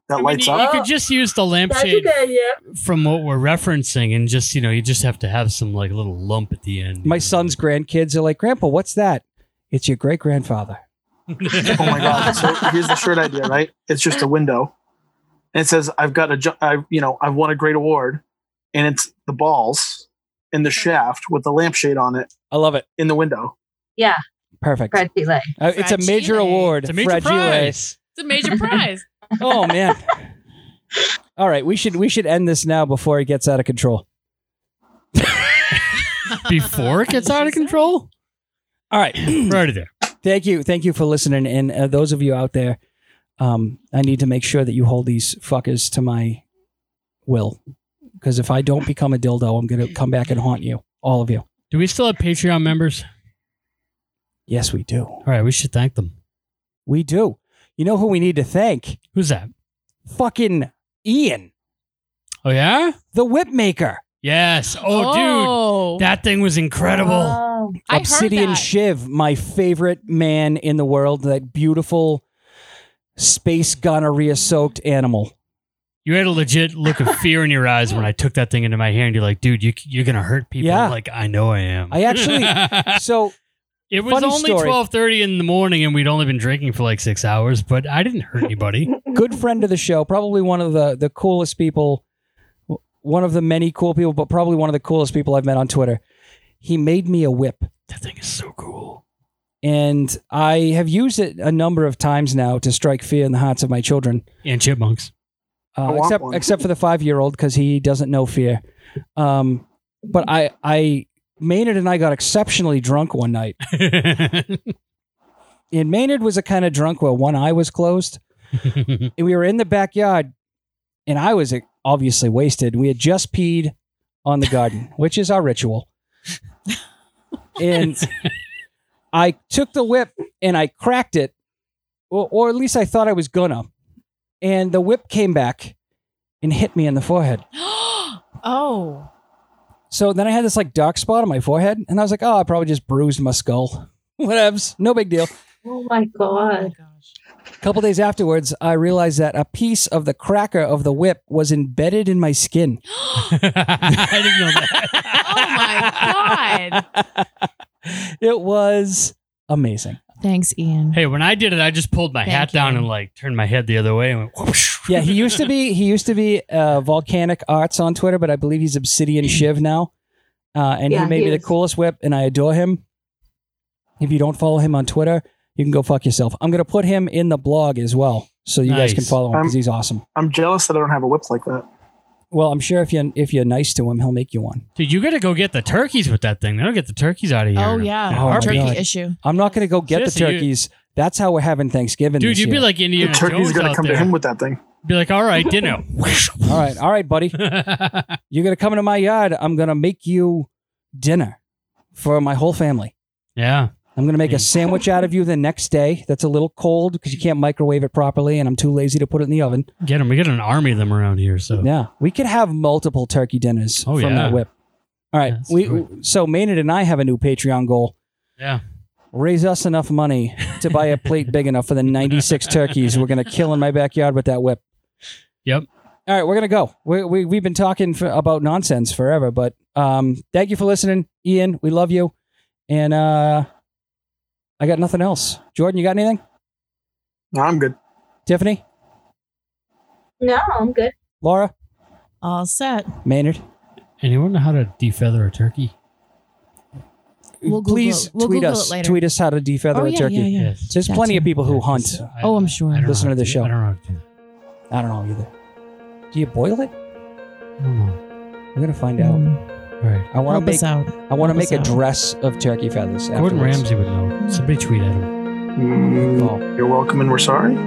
D: That
C: I mean,
D: lights
C: you,
D: up.
C: you could just use the
G: That's a
C: lampshade
G: good idea.
C: from what we're referencing, and just you know, you just have to have some like little lump at the end.
A: My son's grandkids are like, Grandpa, what's that? It's your great grandfather.
D: Oh my god! So here's the shirt idea, right? It's just a window, and it says, "I've got a, jo- I, you know, I've won a great award, and it's the balls in the shaft with the lampshade on it
A: I love it.
D: in the window.
G: Yeah,
A: Perfect.
G: Fred Gile.
A: Uh, it's a major
F: Fragile.
A: award.
C: It's a major
A: Fragile.
C: prize.
F: It's a major prize.
A: Oh man. All right, we should we should end this now before it gets out of control.
C: Before it gets out of control?
A: All right.
C: Right there.
A: thank you thank you for listening and uh, those of you out there um, i need to make sure that you hold these fuckers to my will because if i don't become a dildo i'm going to come back and haunt you all of you
C: Do we still have Patreon members?
A: yes we do
C: All right, we should thank them.
A: we do you know who we need to thank
C: Who's that?
A: fucking ian
C: Oh yeah?
A: the whip maker
C: Yes. Oh, dude. That thing was incredible.
G: Oh,
F: I heard
A: obsidian
F: that.
A: shiv my favorite man in the world that beautiful space gonorrhea soaked animal
C: You had a legit look of fear in your eyes when I took that thing into my hand. You're like, dude, you, you're gonna hurt people.
A: Yeah.
C: Like I know I am.
A: I actually- so
C: it was
A: funny
C: only
A: story.
C: twelve thirty in the morning, and we'd only been drinking for like six hours, but I didn't hurt anybody.
A: good friend of the show, probably one of the the coolest people, w- one of the many cool people, but probably one of the coolest people I've met on Twitter. He made me a whip,
C: that thing is so cool.
A: and I have used it a number of times now to strike fear in the hearts of my children.
C: And chipmunks.
D: I
A: Uh,
D: want
A: except
D: one.
A: except for the five year old because he doesn't know fear. Um, but I I Maynard and I got exceptionally drunk one night, and Maynard was a kind of drunk where one eye was closed. and we were in the backyard, and I was like, obviously wasted. We had just peed on the garden, which is our ritual. And I took the whip and I cracked it, or, or at least I thought I was gonna. And the whip came back and hit me in the forehead.
F: oh.
A: So then I had this like dark spot on my forehead, and I was like, oh, I probably just bruised my skull. Whatevs, no big deal.
G: oh my
F: Oh my
G: god.
F: gosh.
A: couple days afterwards, I realized that a piece of the cracker of the whip was embedded in my skin.
C: I didn't know that.
F: Oh my god.
A: It was amazing.
F: Thanks, Ian.
C: Hey, when I did it, I just pulled my
F: Thank
C: hat down
F: you.
C: and like turned my head the other way and went. Whoosh.
A: Yeah, he used to be he used to be uh, Volcanic Arts on Twitter, but I believe he's Obsidian Shiv now. Uh, and
G: Yeah,
A: he made
G: he
A: me
G: is.
A: the coolest whip, and I adore him. If you don't follow him on Twitter, you can go fuck yourself. I'm gonna put him in the blog as well, so you guys can
C: Nice.
A: follow him because
D: Um,
A: he's awesome.
D: I'm jealous that I don't have a whip like that.
A: Well, I'm sure if you if you're nice to him, he'll make you one.
C: Dude, you gotta go get the turkeys with that thing. They don't get the turkeys out of here.
F: Oh
C: In
F: yeah.
A: Oh,
C: our
A: my
F: turkey
A: God.
F: issue.
A: I'm not gonna go get
C: Seriously,
A: the
C: you-
A: turkeys. That's how we're having Thanksgiving.
C: Dude,
A: this
C: you'd be
A: year.
C: like
D: The
C: Indiana
D: turkey's
C: Jones
D: gonna
C: out
D: come
C: there.
D: to him with that thing.
C: Be like, all right, dinner.
A: All right, all right, buddy. You're gonna come into my yard. I'm gonna make you dinner for my whole family.
C: yeah.
A: I'm gonna make a
C: Mm.
A: sandwich out of you the next day. That's a little cold because you can't microwave it properly, and I'm too lazy to put it in the oven.
C: Get them. We got an army of them around here. So
A: Yeah, we could have multiple turkey dinners
C: Oh,
A: from
C: yeah.
A: that whip. All right,
C: Yeah, that's
A: we
C: good.
A: so Maynard and I have a new Patreon goal:
C: yeah.
A: raise us enough money to buy a plate big enough for the 96 turkeys we're gonna kill in my backyard with that whip.
C: Yep.
A: All right, we're gonna go. We, we we've been talking for, about nonsense forever, but um, thank you for listening, Ian. We love you, and uh, I got nothing else. Jordan, you got anything?
D: No, I'm good.
A: Tiffany,
G: No, I'm good.
A: Laura,
F: All set.
A: Maynard.
C: Anyone know how to defeather a turkey?
F: We'll Google
A: please
F: it. We'll
A: tweet
F: Google
A: us.
F: it later.
A: Tweet us how to defeather
F: Oh,
A: a
F: yeah,
A: turkey.
F: yeah, yeah.
C: Yes.
A: There's plenty of
F: That's-
A: people who hunt.
F: Oh, I'm sure.
C: uh, I don't know
A: Listen
C: how
A: to the
C: do-
A: show.
C: I don't know how to do that.
A: I don't know either. Do you boil it?
C: I don't know.
A: We're gonna find out.
F: Mm.
C: All right.
A: I want
F: Help
A: to make
F: us out.
A: I want to
F: Help
A: make
F: us
A: a
F: out.
A: dress of turkey feathers.
C: Gordon
A: afterwards.
C: Ramsay would know. Somebody tweet at him.
D: Mm,
A: Good call.
D: You're welcome, and we're sorry.